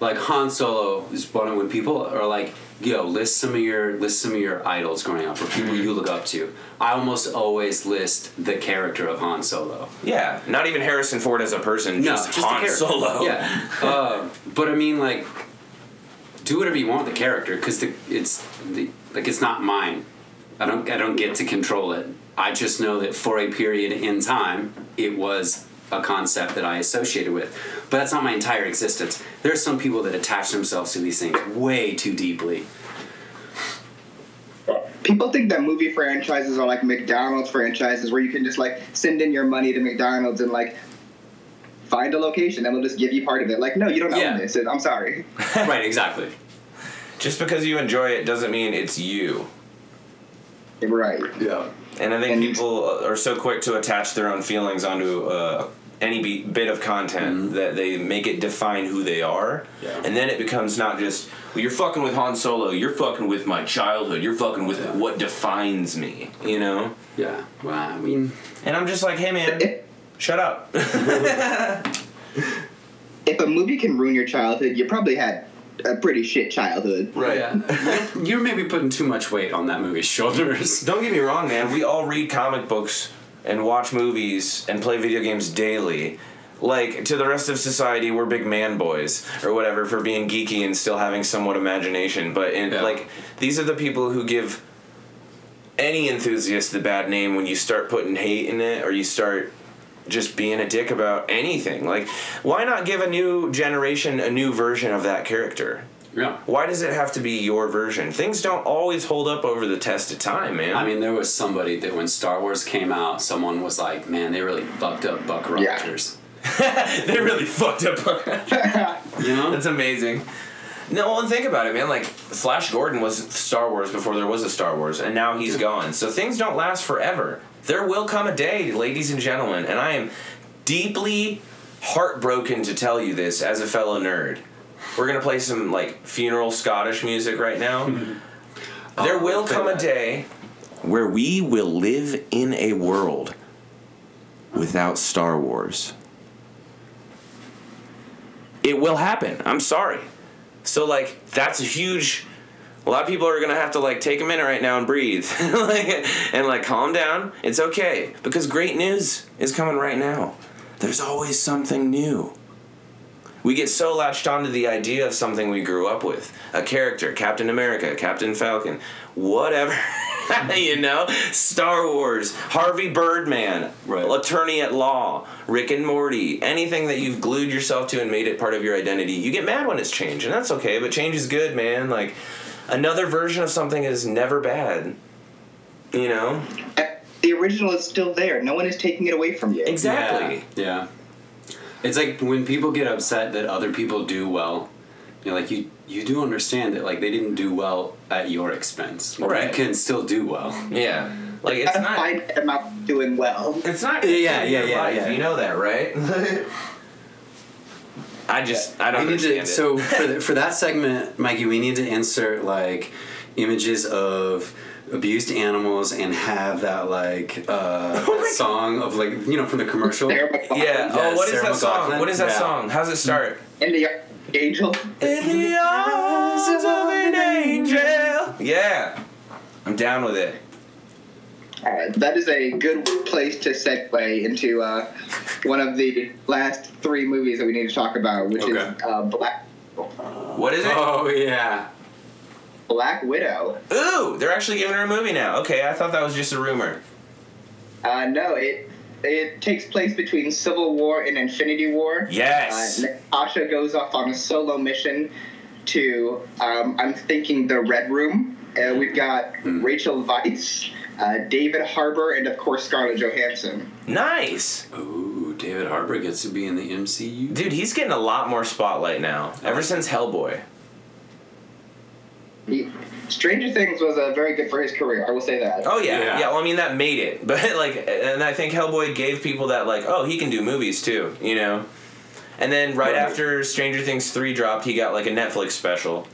Speaker 1: Like Han Solo is one of when people are like, "Yo, list some of your list some of your idols growing up, or people you look up to." I almost always list the character of Han Solo.
Speaker 2: Yeah, not even Harrison Ford as a person,
Speaker 1: No,
Speaker 2: just,
Speaker 1: the
Speaker 2: Han
Speaker 1: character.
Speaker 2: Solo.
Speaker 1: Yeah, uh, but I mean, like, do whatever you want with the character because the, it's the, like it's not mine. I don't I don't get to control it. I just know that for a period in time, it was a concept that I associated with. But that's not my entire existence. There are some people that attach themselves to these things way too deeply.
Speaker 3: People think that movie franchises are like McDonald's franchises, where you can just like send in your money to McDonald's and like find a location, and they'll just give you part of it. Like, no, you don't
Speaker 1: Yeah.
Speaker 3: own this. I'm sorry.
Speaker 1: right, exactly.
Speaker 2: Just because you enjoy it doesn't mean it's you.
Speaker 3: Right.
Speaker 1: Yeah.
Speaker 2: And I think
Speaker 3: And-
Speaker 2: people are so quick to attach their own feelings onto uh, any be- bit of content that they make it define who they are.
Speaker 1: Mm-hmm. Yeah.
Speaker 2: And then it becomes not just, well, you're fucking with Han Solo, you're fucking with my childhood, you're fucking with
Speaker 1: Yeah.
Speaker 2: what defines me, you know?
Speaker 1: Yeah. Well, I mean,
Speaker 2: And I'm just like, hey man, shut up.
Speaker 3: If a movie can ruin your childhood, you probably had a pretty shit childhood.
Speaker 1: yeah. you're maybe putting too much weight on that movie's shoulders.
Speaker 2: Don't get me wrong, man, we all read comic books and watch movies and play video games daily. Like, to the rest of society, we're big man boys or whatever for being geeky and still having somewhat imagination. But, in,
Speaker 1: Yeah.
Speaker 2: like, these are the people who give any enthusiast the bad name when you start putting hate in it or you start just being a dick about anything. Like, why not give a new generation a new version of that character?
Speaker 1: Yeah.
Speaker 2: Why does it have to be your version? Things don't always hold up over the test of time, man.
Speaker 1: I mean, there was somebody that when Star Wars came out, someone was like, "Man, they really fucked up Buck
Speaker 3: Yeah.
Speaker 1: Rogers."
Speaker 2: they really fucked up.
Speaker 1: You know?
Speaker 2: That's amazing. No, well, and think about it, man. Like Flash Gordon was Star Wars before there was a Star Wars, and now he's gone. So things don't last forever. There will come a day, ladies and gentlemen, and I am deeply heartbroken to tell you this as a fellow nerd. We're gonna play some like funeral Scottish music right now. there will come a day where we will live in a world without Star Wars. It will happen. I'm sorry. So like that's a huge a lot of people are gonna have to like take a minute right now and breathe. like, and like calm down. It's okay. Because great news is coming right now. There's always something new. We get so latched onto the idea of something we grew up with. A character, Captain America, Captain Falcon, whatever. you know? Star Wars, Harvey Birdman,
Speaker 1: Right.
Speaker 2: Attorney at Law, Rick and Morty, anything that you've glued yourself to and made it part of your identity. You get mad when it's change, and that's okay, but change is good, man. Like, another version of something is never bad. You know?
Speaker 3: The original is still there. No one is taking it away from you.
Speaker 2: Exactly.
Speaker 1: Yeah. yeah. It's like when people get upset that other people do well. You know, like you, you do understand that like they didn't do well at your expense. Like,
Speaker 2: Right.
Speaker 1: You can still do well.
Speaker 2: Yeah. Like, it's
Speaker 3: I
Speaker 2: not.
Speaker 3: find that I'm not doing well.
Speaker 2: It's not.
Speaker 1: Yeah,
Speaker 2: your
Speaker 1: yeah, yeah,
Speaker 2: life,
Speaker 1: yeah.
Speaker 2: You know that, right? I just I don't
Speaker 1: We need to,
Speaker 2: understand
Speaker 1: so
Speaker 2: it.
Speaker 1: for, the, for that segment, Mikey, we need to insert like images of abused animals and have that like uh,
Speaker 2: Oh
Speaker 1: song of like you know from the commercial.
Speaker 3: Sarah McLachlan
Speaker 2: yeah.
Speaker 1: Yeah,
Speaker 2: oh, what is
Speaker 1: Sarah
Speaker 2: that song?
Speaker 1: McLachlan.
Speaker 2: What is that
Speaker 1: Yeah.
Speaker 2: song? How's it start?
Speaker 3: and the angel.
Speaker 2: In the eyes of an angel. Yeah. I'm down with it.
Speaker 3: All right, Uh, that is a good place to segue into uh, one of the last three movies that we need to talk about, which
Speaker 1: Okay.
Speaker 3: is uh, Black
Speaker 2: What is it?
Speaker 1: Oh yeah.
Speaker 3: Black Widow.
Speaker 2: Ooh, they're actually giving her a movie now. Okay, I thought that was just a rumor.
Speaker 3: Uh, no, it it takes place between Civil War and Infinity War.
Speaker 2: Yes.
Speaker 3: Uh, Natasha goes off on a solo mission to, um, I'm thinking, the Red Room. Uh, we've got
Speaker 2: Hmm.
Speaker 3: Rachel Weisz, uh, David Harbour, and of course Scarlett Johansson.
Speaker 2: Nice.
Speaker 1: Ooh, David Harbour gets to be in the MCU.
Speaker 2: Dude, he's getting a lot more spotlight now. Ever since Hellboy.
Speaker 3: He, Stranger Things was uh, very good for his career. I will say that.
Speaker 2: Oh yeah,
Speaker 1: Yeah.
Speaker 2: yeah. Well, I mean that made it, but like, and I think Hellboy gave people that like, oh, he can do movies too, you know. And then
Speaker 1: Right.
Speaker 2: right, after Stranger Things three dropped, he got like a Netflix special.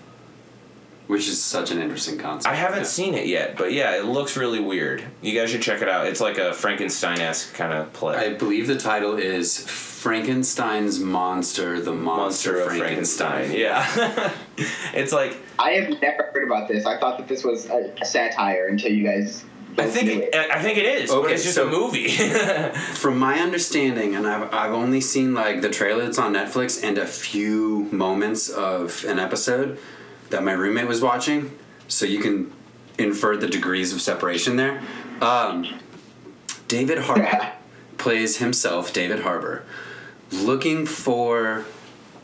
Speaker 1: Which is such an interesting concept.
Speaker 2: I haven't
Speaker 1: Yeah.
Speaker 2: seen it yet, but yeah, it looks really weird. You guys should check it out. It's like a Frankenstein esque kind of play.
Speaker 1: I believe the title is Frankenstein's Monster, the Monster,
Speaker 2: Monster of
Speaker 1: Frankenstein.
Speaker 2: Frankenstein. Yeah, it's like
Speaker 3: I have never heard about this. I thought that this was a, a satire until you guys.
Speaker 2: I think
Speaker 3: knew
Speaker 2: it, I think it is, but
Speaker 1: Okay,
Speaker 2: it's just
Speaker 1: so-
Speaker 2: a movie.
Speaker 1: From my understanding, and I've, I've only seen like the trailer that's on Netflix and a few moments of an episode that my roommate was watching, so you can infer the degrees of separation there. Um, David Harbour plays himself, David Harbour, looking for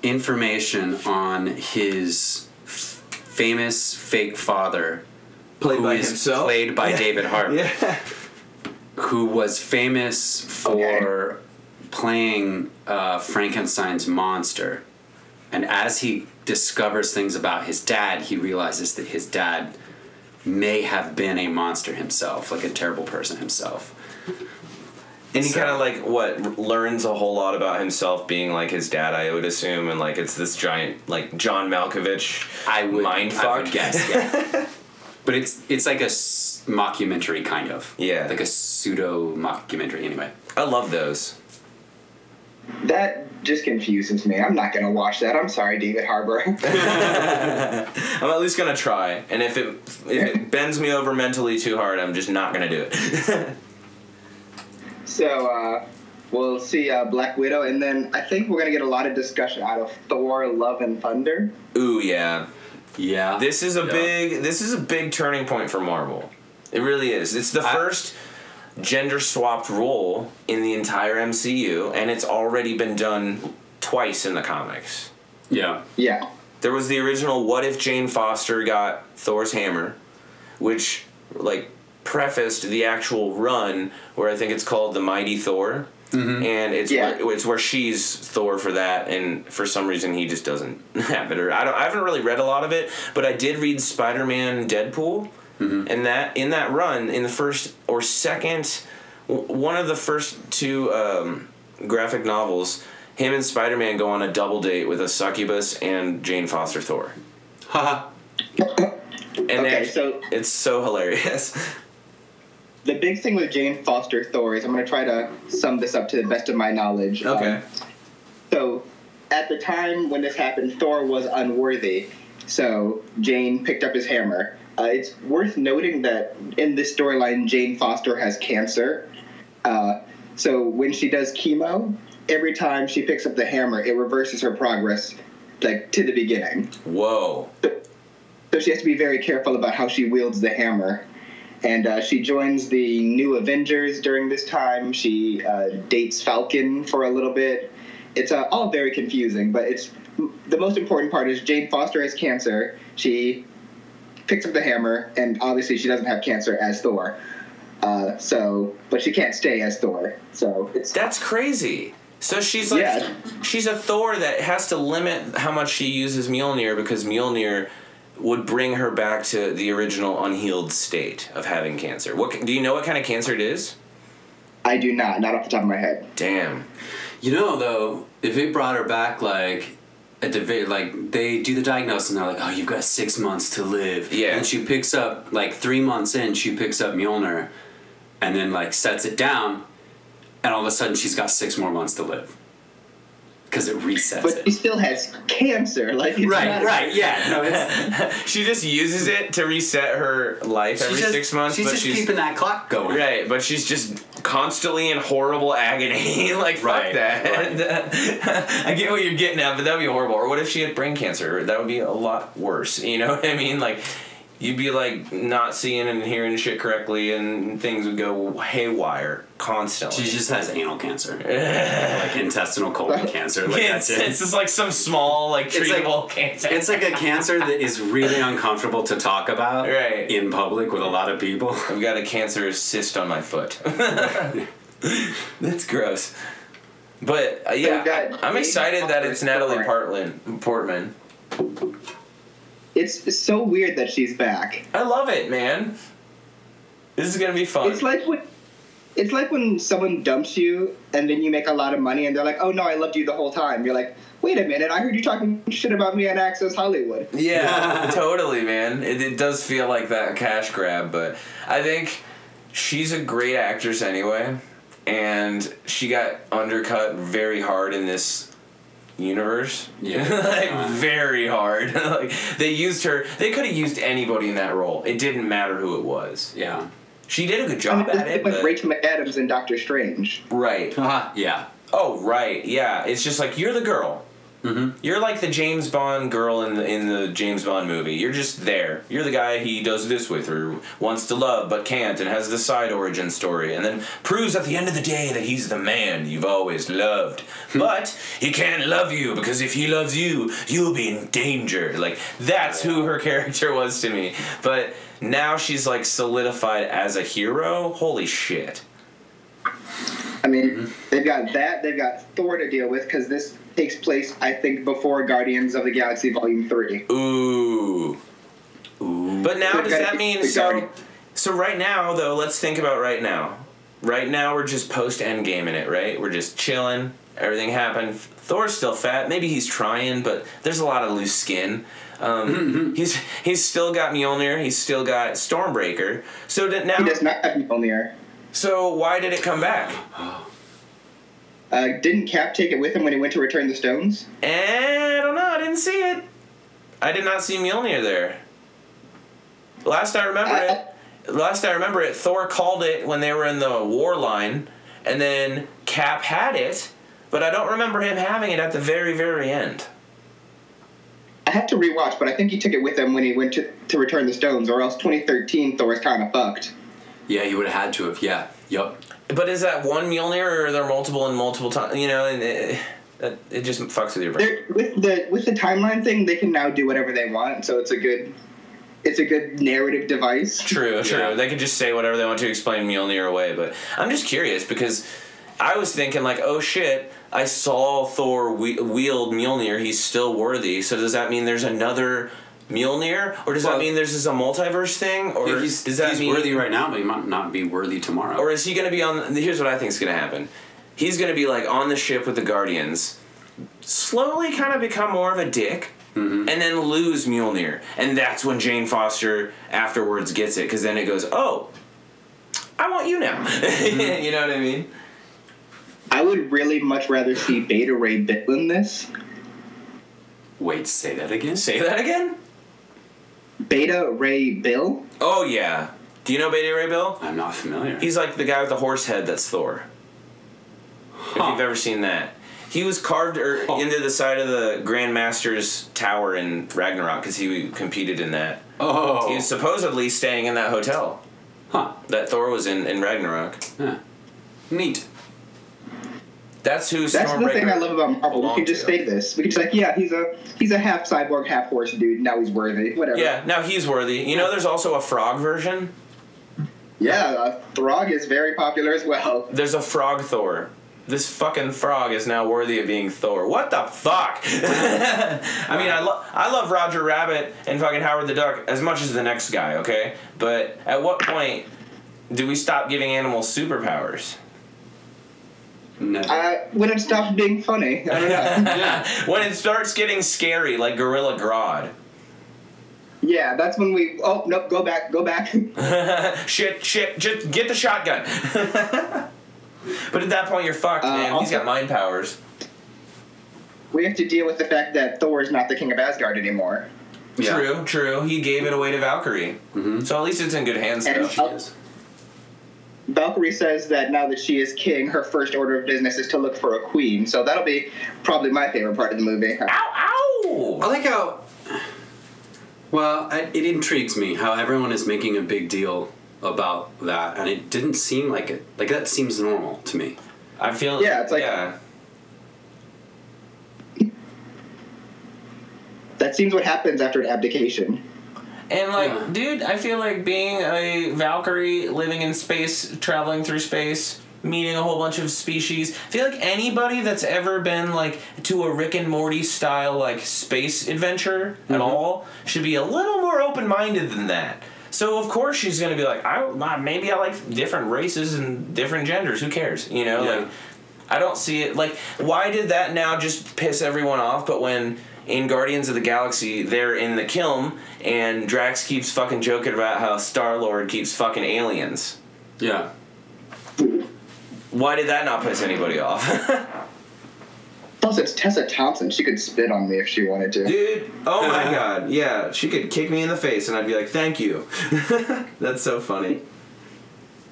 Speaker 1: information on his f- famous fake father,
Speaker 2: Played
Speaker 1: who is played by David Harbour
Speaker 2: yeah.
Speaker 1: who was famous for playing uh, Frankenstein's monster. And as he discovers things about his dad, he realizes that his dad may have been a monster himself, like a terrible person himself.
Speaker 2: And he
Speaker 1: So-
Speaker 2: kind of like what learns a whole lot about himself being like his dad, I would assume, and like it's this giant like John Malkovich
Speaker 1: I would,
Speaker 2: mind
Speaker 1: I would
Speaker 2: fuck.
Speaker 1: guess, yeah. but it's it's like a s- mockumentary kind of,
Speaker 2: Yeah.
Speaker 1: like a pseudo mockumentary. Anyway,
Speaker 2: I love those.
Speaker 3: it. That just confuses me. I'm not gonna watch that. I'm sorry, David Harbour.
Speaker 2: I'm at least gonna try, and if it if it bends me over mentally too hard, I'm just not gonna do it.
Speaker 3: so uh, we'll see uh, Black Widow, and then I think we're gonna get a lot of discussion out of Thor: Love and Thunder.
Speaker 2: Ooh yeah,
Speaker 1: yeah,
Speaker 2: this is a
Speaker 1: Yeah.
Speaker 2: big this is a big turning point for Marvel. It really is. It's the
Speaker 1: I-
Speaker 2: first gender swapped role in the entire MCU, and it's already been done twice in the comics.
Speaker 1: yeah,
Speaker 3: Yeah.
Speaker 2: There was the original What If Jane Foster Got Thor's Hammer, which, like, prefaced the actual run where I think it's called The Mighty Thor. And it's
Speaker 3: Mm-hmm. Yeah.
Speaker 2: where, it's where she's Thor for that, and for some reason he just doesn't have it. Or I don't. I haven't really read a lot of it, but I did read Spider Man Deadpool,
Speaker 3: Mm-hmm.
Speaker 2: and that in that run in the first or second, w- one of the first two um, graphic novels, him and Spider Man go on a double date with a succubus and Jane Foster Thor.
Speaker 1: haha,
Speaker 2: And
Speaker 3: Okay,
Speaker 2: they-
Speaker 3: so-
Speaker 2: it's so hilarious.
Speaker 3: The big thing with Jane Foster Thor is I'm gonna try to sum this up to the best of my knowledge. Um, So, at the time when this happened, Thor was unworthy. So Jane picked up his hammer. Uh, it's worth noting that in this storyline, Jane Foster has cancer. Uh, so when she does chemo, every time she picks up the hammer, it reverses her progress, like to the beginning.
Speaker 2: Whoa.
Speaker 3: So she has to be very careful about how she wields the hammer. And uh, she joins the New Avengers during this time. She uh, dates Falcon for a little bit. It's uh, all very confusing, but it's the most important part is Jane Foster has cancer. She picks up the hammer, and obviously she doesn't have cancer as Thor. Uh, so, but she can't stay as Thor. So it's
Speaker 2: That's crazy. So she's like,
Speaker 3: Yeah.
Speaker 2: she's a Thor that has to limit how much she uses Mjolnir because Mjolnir would bring her back to the original unhealed state of having cancer. What do you know? What kind of cancer it is?
Speaker 3: I do not, not off the top of my head.
Speaker 2: Damn.
Speaker 1: You know, though, if it brought her back, like at the very, like they do the diagnosis and they're like, "Oh, you've got six months to live."
Speaker 2: Yeah.
Speaker 1: And she picks up like three months in, she picks up Mjolnir, and then like sets it down, and all of a sudden she's got six more months to live because it resets
Speaker 3: But she
Speaker 1: it.
Speaker 3: still has cancer. Like it's
Speaker 1: Right,
Speaker 3: not-
Speaker 1: right, yeah. No, it's,
Speaker 2: She just uses it to reset her life every
Speaker 1: she's just-
Speaker 2: six months,
Speaker 1: She's
Speaker 2: but
Speaker 1: just
Speaker 2: she's
Speaker 1: keeping that clock going.
Speaker 2: right. But she's just constantly in horrible agony. like
Speaker 1: Right,
Speaker 2: fuck that. I get what you're getting at, but that would be horrible. Or what if she had brain cancer? That would be a lot worse. You know what I mean? Like you'd be like not seeing and hearing shit correctly, and things would go haywire
Speaker 1: She
Speaker 2: constantly.
Speaker 1: just has anal cancer, like intestinal colon cancer. Like
Speaker 5: it's,
Speaker 1: that's it.
Speaker 5: it's just like some small like
Speaker 1: It's like-
Speaker 5: treatable cancer.
Speaker 1: It's like a cancer that is really uncomfortable to talk about
Speaker 2: Right.
Speaker 1: in public with a lot of people.
Speaker 2: I've got a cancerous cyst on my foot. That's gross. But uh, yeah,
Speaker 3: They've got-
Speaker 2: I- I'm excited that it's Natalie Portland, Portman.
Speaker 3: It's so weird that she's back.
Speaker 2: I love it, man. This is gonna be fun.
Speaker 3: It's like when it's like when someone dumps you and then you make a lot of money and they're like, "Oh no, I loved you the whole time." You're like, "Wait a minute, I heard you talking shit about me on Access Hollywood."
Speaker 2: Yeah, totally, man. It, it does feel like that cash grab, but I think she's a great actress anyway, and she got undercut very hard in this universe.
Speaker 1: Yeah.
Speaker 2: like very hard. like they used her. They could have used anybody in that role. It didn't matter who it was.
Speaker 1: Yeah.
Speaker 2: She did a good
Speaker 3: I mean,
Speaker 2: job
Speaker 3: it's
Speaker 2: at it.
Speaker 3: like
Speaker 2: but-
Speaker 3: Rachel McAdams and Doctor Strange.
Speaker 2: right.
Speaker 1: Yeah.
Speaker 2: Oh right, yeah. It's just like you're the girl. Mm-hmm. You're like the James Bond girl in the in the James Bond movie. You're just there. You're the guy he does this with, or wants to love but can't, and has the side origin story, and then proves at the end of the day that he's the man you've always loved. but he can't love you because if he loves you, you'll be in danger. Like that's who her character was to me. But now she's like solidified as a hero. Holy shit.
Speaker 3: I mean, they've got that. They've got Thor to deal with because this takes place, I think, before Guardians of the Galaxy Volume Three.
Speaker 2: Ooh. But now does that mean so? So right now though, let's think about right now. Right now we're just post Endgame in it, right? We're just chilling. Everything happened. Thor's still fat. Maybe he's trying, but there's a lot of loose skin. Um, he's he's still got Mjolnir. He's still got Stormbreaker. So did now.
Speaker 3: He does not have Mjolnir.
Speaker 2: So why did it come back?
Speaker 3: Uh, didn't Cap take it with him when he went to return the stones?
Speaker 2: Eh, I don't know. I didn't see it. I did not see Mjolnir there. Last I remember it, last I remember it, Thor called it when they were in the war line, and then Cap had it, but I don't remember him having it at the very, very end.
Speaker 3: I have to rewatch, but I think he took it with him when he went to, to return the stones, or else 2013 Thor is kind of fucked.
Speaker 1: Yeah, he would have had to have. Yeah. Yup.
Speaker 2: But is that one Mjolnir, or are there multiple and multiple times? You know, and it, it, it just fucks with your brain.
Speaker 3: They're, with the with the timeline thing, they can now do whatever they want, so it's a good it's a good narrative device.
Speaker 2: True, true.
Speaker 1: Yeah.
Speaker 2: They could just say whatever they want to explain Mjolnir away, but I'm just curious because I was thinking like, oh shit, I saw Thor we- wield Mjolnir. He's still worthy. So does that mean there's another Mjolnir, or does
Speaker 1: Well-
Speaker 2: that mean there's just a multiverse thing, or
Speaker 1: Yeah, he's
Speaker 2: does that
Speaker 1: he's
Speaker 2: mean
Speaker 1: worthy right now, but he might not be worthy tomorrow.
Speaker 2: or is he going to be on? Here's what I think is going to happen. He's going to be like on the ship with the Guardians, slowly kind of become more of a dick, and then lose Mjolnir, and that's when Jane Foster afterwards gets it because then it goes, oh, I want you now. you know what I mean?
Speaker 3: I would really much rather see Beta Ray Bill in this.
Speaker 1: Wait, say that again.
Speaker 2: Say that again.
Speaker 3: Beta Ray Bill.
Speaker 2: Oh yeah. Do you know Beta Ray Bill?
Speaker 1: I'm not familiar.
Speaker 2: He's like the guy with the horse head that's Thor. If
Speaker 1: Huh. Oh.
Speaker 2: you've ever seen that. He was carved er,
Speaker 1: Huh.
Speaker 2: into the side of the Grand Master's tower in Ragnarok because he competed in that.
Speaker 1: oh.
Speaker 2: He was supposedly staying in that hotel
Speaker 1: huh.
Speaker 2: that Thor was in in Ragnarok.
Speaker 1: Yeah. Neat.
Speaker 2: That's who
Speaker 3: That's
Speaker 2: Stormbreaker.
Speaker 3: the thing I love about Marvel. We
Speaker 2: belonged
Speaker 3: could just
Speaker 2: to.
Speaker 3: say this. We could just like, yeah, he's a he's a half cyborg, half horse dude. Now he's worthy. Whatever.
Speaker 2: Yeah, now he's worthy. You know, there's also a frog version.
Speaker 3: Yeah. Uh, Throg is very popular as well.
Speaker 2: There's a frog Thor. This fucking frog is now worthy of being Thor. What the fuck? I mean, I love I love Roger Rabbit and fucking Howard the Duck as much as the next guy, okay? But at what point do we stop giving animals superpowers?
Speaker 1: No.
Speaker 3: Uh, when it stopped being funny. I don't know.
Speaker 2: When it starts getting scary, like Gorilla Grodd.
Speaker 3: yeah, that's when we. Oh nope, go back, go back.
Speaker 2: Shit, shit, just get the shotgun. but at that point, you're fucked,
Speaker 3: Uh,
Speaker 2: man. He's
Speaker 3: also-
Speaker 2: got mind powers.
Speaker 3: we have to deal with the fact that Thor is not the king of Asgard anymore.
Speaker 1: yeah.
Speaker 2: True, true. He gave it away to Valkyrie. So at least it's in good hands,
Speaker 3: Mm-hmm. And
Speaker 2: though.
Speaker 1: She is.
Speaker 3: Valkyrie says that now that she is king, her first order of business is to look for a queen. So that'll be probably my favorite part of the movie.
Speaker 2: Ow,
Speaker 1: I
Speaker 2: ow!
Speaker 1: like how Well, I, it intrigues me how everyone is making a big deal about that, and it didn't seem like it. Like that seems normal to me.
Speaker 2: I feel
Speaker 3: Yeah, it's like-
Speaker 6: yeah.
Speaker 3: That seems what happens after an abdication.
Speaker 2: And like,
Speaker 1: Yeah.
Speaker 2: dude, I feel like being a Valkyrie, living in space, traveling through space, meeting a whole bunch of species. I feel like anybody that's ever been like to a Rick and Morty style like space adventure
Speaker 3: Mm-hmm.
Speaker 2: at all should be a little more open minded than that. So of course she's gonna be like, I I- maybe I like different races and different genders. Who cares? You know,
Speaker 1: Yeah.
Speaker 2: like I don't see it. Like, why did that now just piss everyone off? But when in Guardians of the Galaxy, they're in the kiln, and Drax keeps fucking joking about how Star Lord keeps fucking aliens.
Speaker 1: Yeah.
Speaker 2: Why did that not piss anybody off?
Speaker 3: Plus, it's Tessa Thompson. She could spit on me if she wanted to.
Speaker 6: Dude, oh my god, yeah, she could kick me in the face and I'd be like, thank you. That's so funny.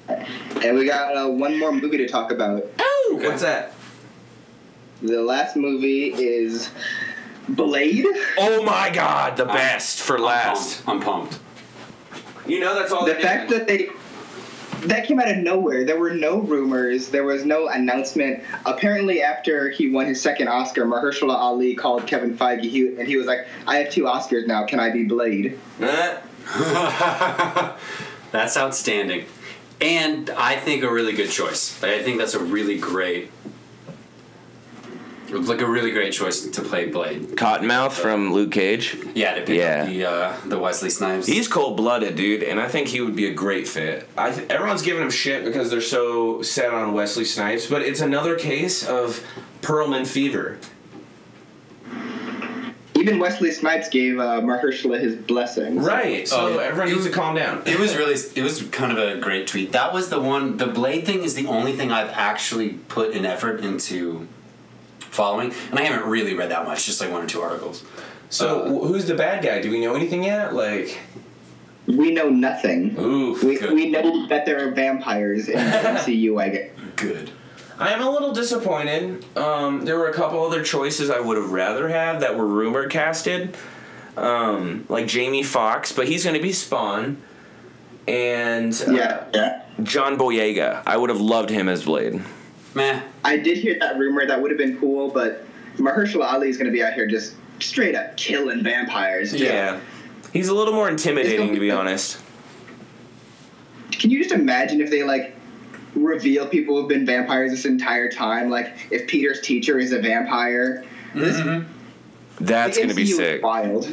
Speaker 3: And we got uh, one more movie to talk about.
Speaker 6: Oh, What's that?
Speaker 3: The last movie is Blade.
Speaker 2: oh my god, the best for last.
Speaker 1: I'm pumped.
Speaker 6: You know that's all
Speaker 3: The
Speaker 6: they
Speaker 3: fact
Speaker 6: did.
Speaker 3: that they that came out of nowhere. There were no rumors. There was no announcement. Apparently, after he won his second Oscar, Mahershala Ali called Kevin Feige, he, and he was like, "I have two Oscars now. Can I be Blade?"
Speaker 6: Eh,
Speaker 1: That's outstanding, and I think a really good choice. Like, I think that's a really great, like a really great choice to play Blade.
Speaker 2: Cottonmouth from Luke Cage.
Speaker 1: Yeah, to pick
Speaker 2: Yeah.
Speaker 1: up the uh, the Wesley Snipes.
Speaker 6: He's cold blooded, dude, and I think he would be a great fit. I th- everyone's giving him shit because they're so set on Wesley Snipes, but it's another case of Perlman fever.
Speaker 3: Even Wesley Snipes gave uh, Mahershala his blessing.
Speaker 6: Right. So
Speaker 1: Oh, yeah.
Speaker 6: everyone needs to calm down.
Speaker 1: It was really, it was kind of a great tweet. That was the one, the Blade thing is the only thing I've actually put an effort into following, and I haven't really read that much, just like one or two articles. Uh,
Speaker 6: So wh- who's the bad guy? Do we know anything yet? Like,
Speaker 3: We know nothing.
Speaker 6: oof.
Speaker 3: We,
Speaker 1: Good.
Speaker 3: we know that there are vampires in the MCU. I guess.
Speaker 1: Good.
Speaker 2: I am a little disappointed. Um, there were a couple other choices I would have rather had that were rumor casted, um, like Jamie Foxx, but he's going to be Spawn, and uh,
Speaker 3: Yeah. Yeah.
Speaker 2: John Boyega. I would have loved him as Blade.
Speaker 1: Meh.
Speaker 3: I did hear that rumor. That would have been cool, but Mahershala Ali is going to be out here just straight up killing vampires.
Speaker 2: Yeah, he's a little more intimidating to be honest.
Speaker 3: Can you just imagine if they like reveal people who've been vampires this entire time? Like if Peter's teacher is a vampire.
Speaker 2: That's
Speaker 3: The
Speaker 2: going to be
Speaker 3: MCU is
Speaker 2: sick,
Speaker 3: Wild.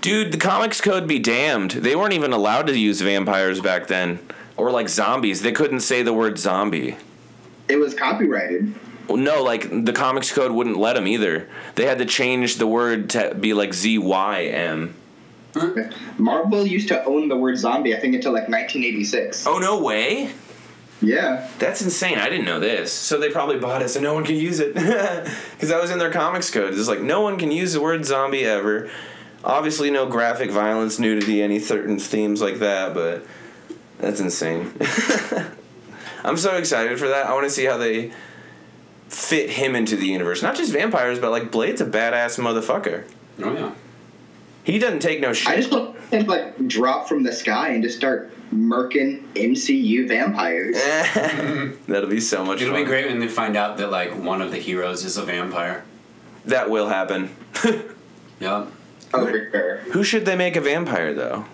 Speaker 2: dude. The comics code be damned. They weren't even allowed to use vampires back then, or like zombies. They couldn't say the word zombie.
Speaker 3: It was copyrighted.
Speaker 2: No, like the comics code wouldn't let them either. They had to change the word to be like Z Y M.
Speaker 3: Marvel used to own the word zombie, I think, until like 1986.
Speaker 2: Oh no way!
Speaker 3: Yeah.
Speaker 2: That's insane. I didn't know this. So they probably bought it so no one can use it because that was in their comics code. It's like no one can use the word zombie ever. Obviously, no graphic violence, nudity, any certain themes like that. But that's insane. I'm so excited for that. I want to see how they fit him into the universe. Not just vampires, but like Blade's a badass motherfucker.
Speaker 1: Oh yeah.
Speaker 2: He doesn't take no shit.
Speaker 3: I just want him to like drop from the sky and just start murking MCU vampires.
Speaker 2: Eh. That'll be so much
Speaker 1: It'll
Speaker 2: fun.
Speaker 1: be great when they find out that like one of the heroes is a vampire.
Speaker 2: That will happen.
Speaker 1: Yeah.
Speaker 3: Oh, for sure.
Speaker 2: Who should they make a vampire though?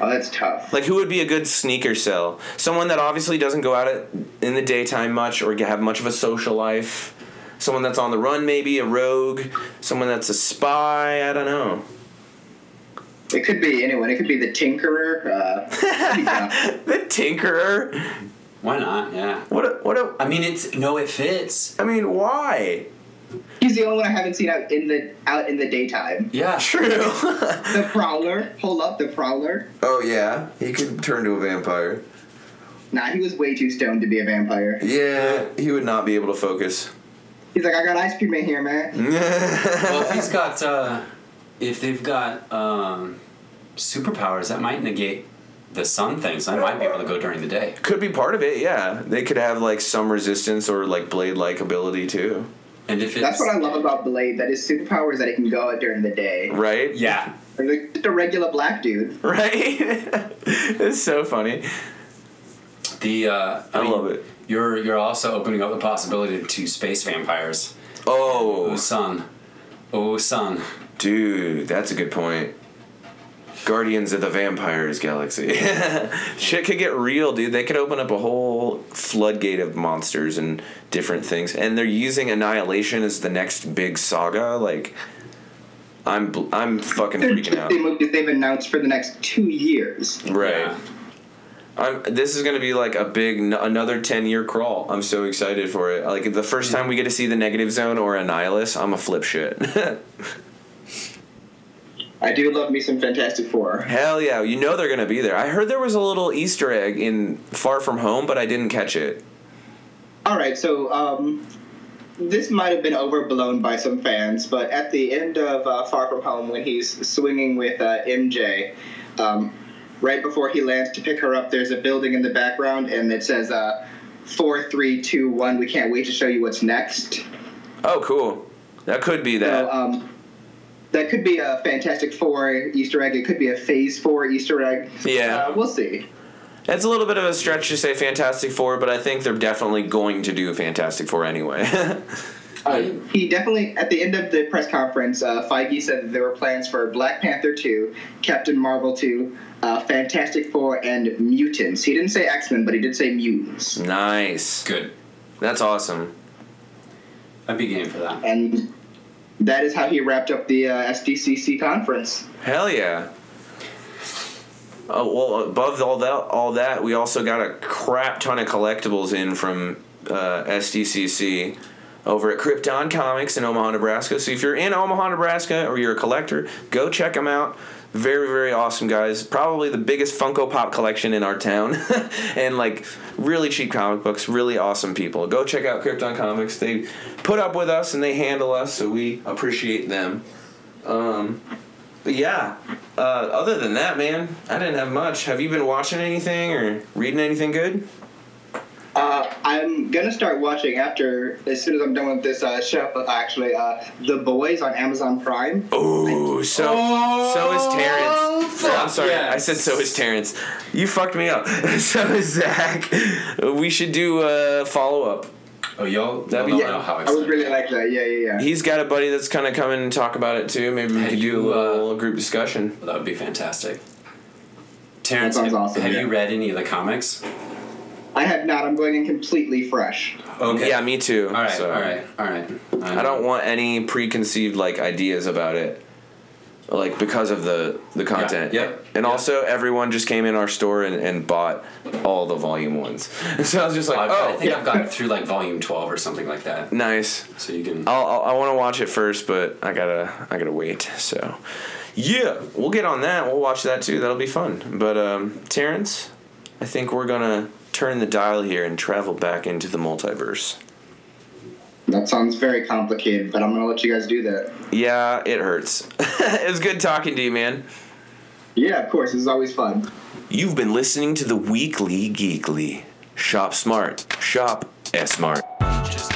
Speaker 3: Oh, that's tough.
Speaker 2: Like who would be a good sneaker sell? Someone that obviously doesn't go out at, in the daytime much or have much of a social life. Someone that's on the run maybe, a rogue, someone that's a spy, I don't know.
Speaker 3: It could be anyone. It could be the Tinkerer. Uh, that'd be tough.
Speaker 2: The tinkerer?
Speaker 1: Why not? Yeah.
Speaker 2: What a, what a
Speaker 1: I mean, it's no, it fits.
Speaker 2: I mean, why?
Speaker 3: He's the only one I haven't seen out in the out in the daytime.
Speaker 1: Yeah.
Speaker 2: True.
Speaker 3: The Prowler. Hold up, the Prowler.
Speaker 6: Oh yeah, he could turn to a vampire.
Speaker 3: Nah, he was way too stoned to be a vampire.
Speaker 6: Yeah.
Speaker 2: he would not be able to focus.
Speaker 3: He's like, I got ice cream in here, man.
Speaker 1: Well, if he's got, uh, if they've got um, superpowers, that might negate the sun things. I might be able to go during the day.
Speaker 2: Could be part of it, yeah. They could have like some resistance or like blade like ability too.
Speaker 1: And if it's
Speaker 3: That's what I love about Blade. That his superpower is that he can go out during the day.
Speaker 2: right?
Speaker 7: Yeah.
Speaker 3: And they're Just a regular black dude.
Speaker 2: Right? it's so funny.
Speaker 7: The uh,
Speaker 2: I love it.
Speaker 1: you're you're also opening up the possibility to space vampires. Oh
Speaker 2: Oh,
Speaker 1: son. Oh son.
Speaker 2: dude, that's a good point. Guardians of the Vampires Galaxy. Shit could get real, dude. They could open up a whole floodgate of monsters and different things. And they're using Annihilation as the next big saga. Like, I'm bl- I'm fucking
Speaker 3: They're
Speaker 2: freaking
Speaker 3: just
Speaker 2: out.
Speaker 3: the movies they've announced for the next two years.
Speaker 2: Right.
Speaker 1: Yeah.
Speaker 2: I'm, this is going to be like a big n- another 10 year crawl. I'm so excited for it. Like the first time we get to see the negative zone or Annihilus, I'm a flip shit.
Speaker 3: I do love me some Fantastic Four.
Speaker 2: Hell yeah, you know they're going to be there. I heard there was a little Easter egg in Far From Home, but I didn't catch it.
Speaker 3: All right, so um, this might have been overblown by some fans, but at the end of uh, Far From Home, when he's swinging with uh, MJ, um, right before he lands to pick her up, there's a building in the background, and it says uh, four, three, two, one. We can't wait to show you what's next.
Speaker 2: Oh, cool. That could be that.
Speaker 3: So um, that could be a Fantastic Four Easter egg. It could be a Phase Four Easter egg.
Speaker 2: Yeah.
Speaker 3: uh, we'll see.
Speaker 2: That's a little bit of a stretch to say Fantastic Four, but I think they're definitely going to do Fantastic Four anyway.
Speaker 3: Um, He definitely, at the end of the press conference, uh, Feige said that there were plans for Black Panther 2, Captain Marvel 2, uh, Fantastic Four, and Mutants. He didn't say X Men, but he did say Mutants.
Speaker 2: nice.
Speaker 1: Good.
Speaker 2: That's awesome.
Speaker 1: I'd be game for that.
Speaker 3: And that is how he wrapped up the uh, SDCC conference.
Speaker 2: Hell yeah. Oh well, above all that, all that we also got a crap ton of collectibles in from uh, SDCC over at Krypton Comics in Omaha, Nebraska. So if you're in Omaha, Nebraska, or you're a collector, go check them out. Very, very awesome guys. Probably the biggest Funko Pop collection in our town, and like really cheap comic books. Really awesome people. Go check out Krypton Comics. They put up with us and they handle us, so we appreciate them. Um, But yeah, uh, other than that, man, I didn't have much. Have you been watching anything or reading anything good?
Speaker 3: Uh, I'm going to start watching after, as soon as I'm done with this uh, show, actually, uh, The Boys on Amazon Prime.
Speaker 2: Oh, so so is Terrence. I'm sorry, I
Speaker 1: yes.
Speaker 2: said so is Terrence. You fucked me up. so is Zach. We should do a follow up.
Speaker 1: Oh y'all, y'all
Speaker 2: That'd
Speaker 1: don't
Speaker 2: be- yeah.
Speaker 1: know how
Speaker 3: I would
Speaker 1: excited.
Speaker 3: really like that. Yeah, yeah, yeah.
Speaker 2: He's got a buddy that's kind of coming and talk about it too. Maybe we
Speaker 1: Have
Speaker 2: could
Speaker 1: you,
Speaker 2: do a
Speaker 1: uh,
Speaker 2: little group discussion.
Speaker 1: that would be fantastic. Terrence,
Speaker 3: sounds
Speaker 1: have,
Speaker 3: awesome,
Speaker 1: have
Speaker 3: yeah.
Speaker 1: you read any of the comics?
Speaker 3: I have not. I'm going in completely fresh.
Speaker 1: Okay.
Speaker 2: Yeah, me too.
Speaker 1: All right,
Speaker 2: so.
Speaker 1: all right, all right.
Speaker 2: I don't want any preconceived like ideas about it, like because of the the content.
Speaker 1: yep,
Speaker 2: And also, everyone just came in our store and, and bought all the volume ones. so I was just like,
Speaker 1: I've, I
Speaker 2: oh,
Speaker 1: think I've gotten through like volume twelve or something like that.
Speaker 2: nice.
Speaker 1: So you can.
Speaker 2: I'll, I'll, I want to watch it first, but I gotta I gotta wait. So, yeah, we'll get on that. We'll watch that too. That'll be fun. But um, Terrence, I think we're gonna turn the dial here and travel back into the multiverse.
Speaker 3: That sounds very complicated, but I'm going to let you guys do that.
Speaker 2: Yeah, it hurts. it was good talking to you, man.
Speaker 3: Yeah, of course. This is always fun.
Speaker 2: You've been listening to the Weekly Geekly. Shop smart. Shop S smart.
Speaker 8: Just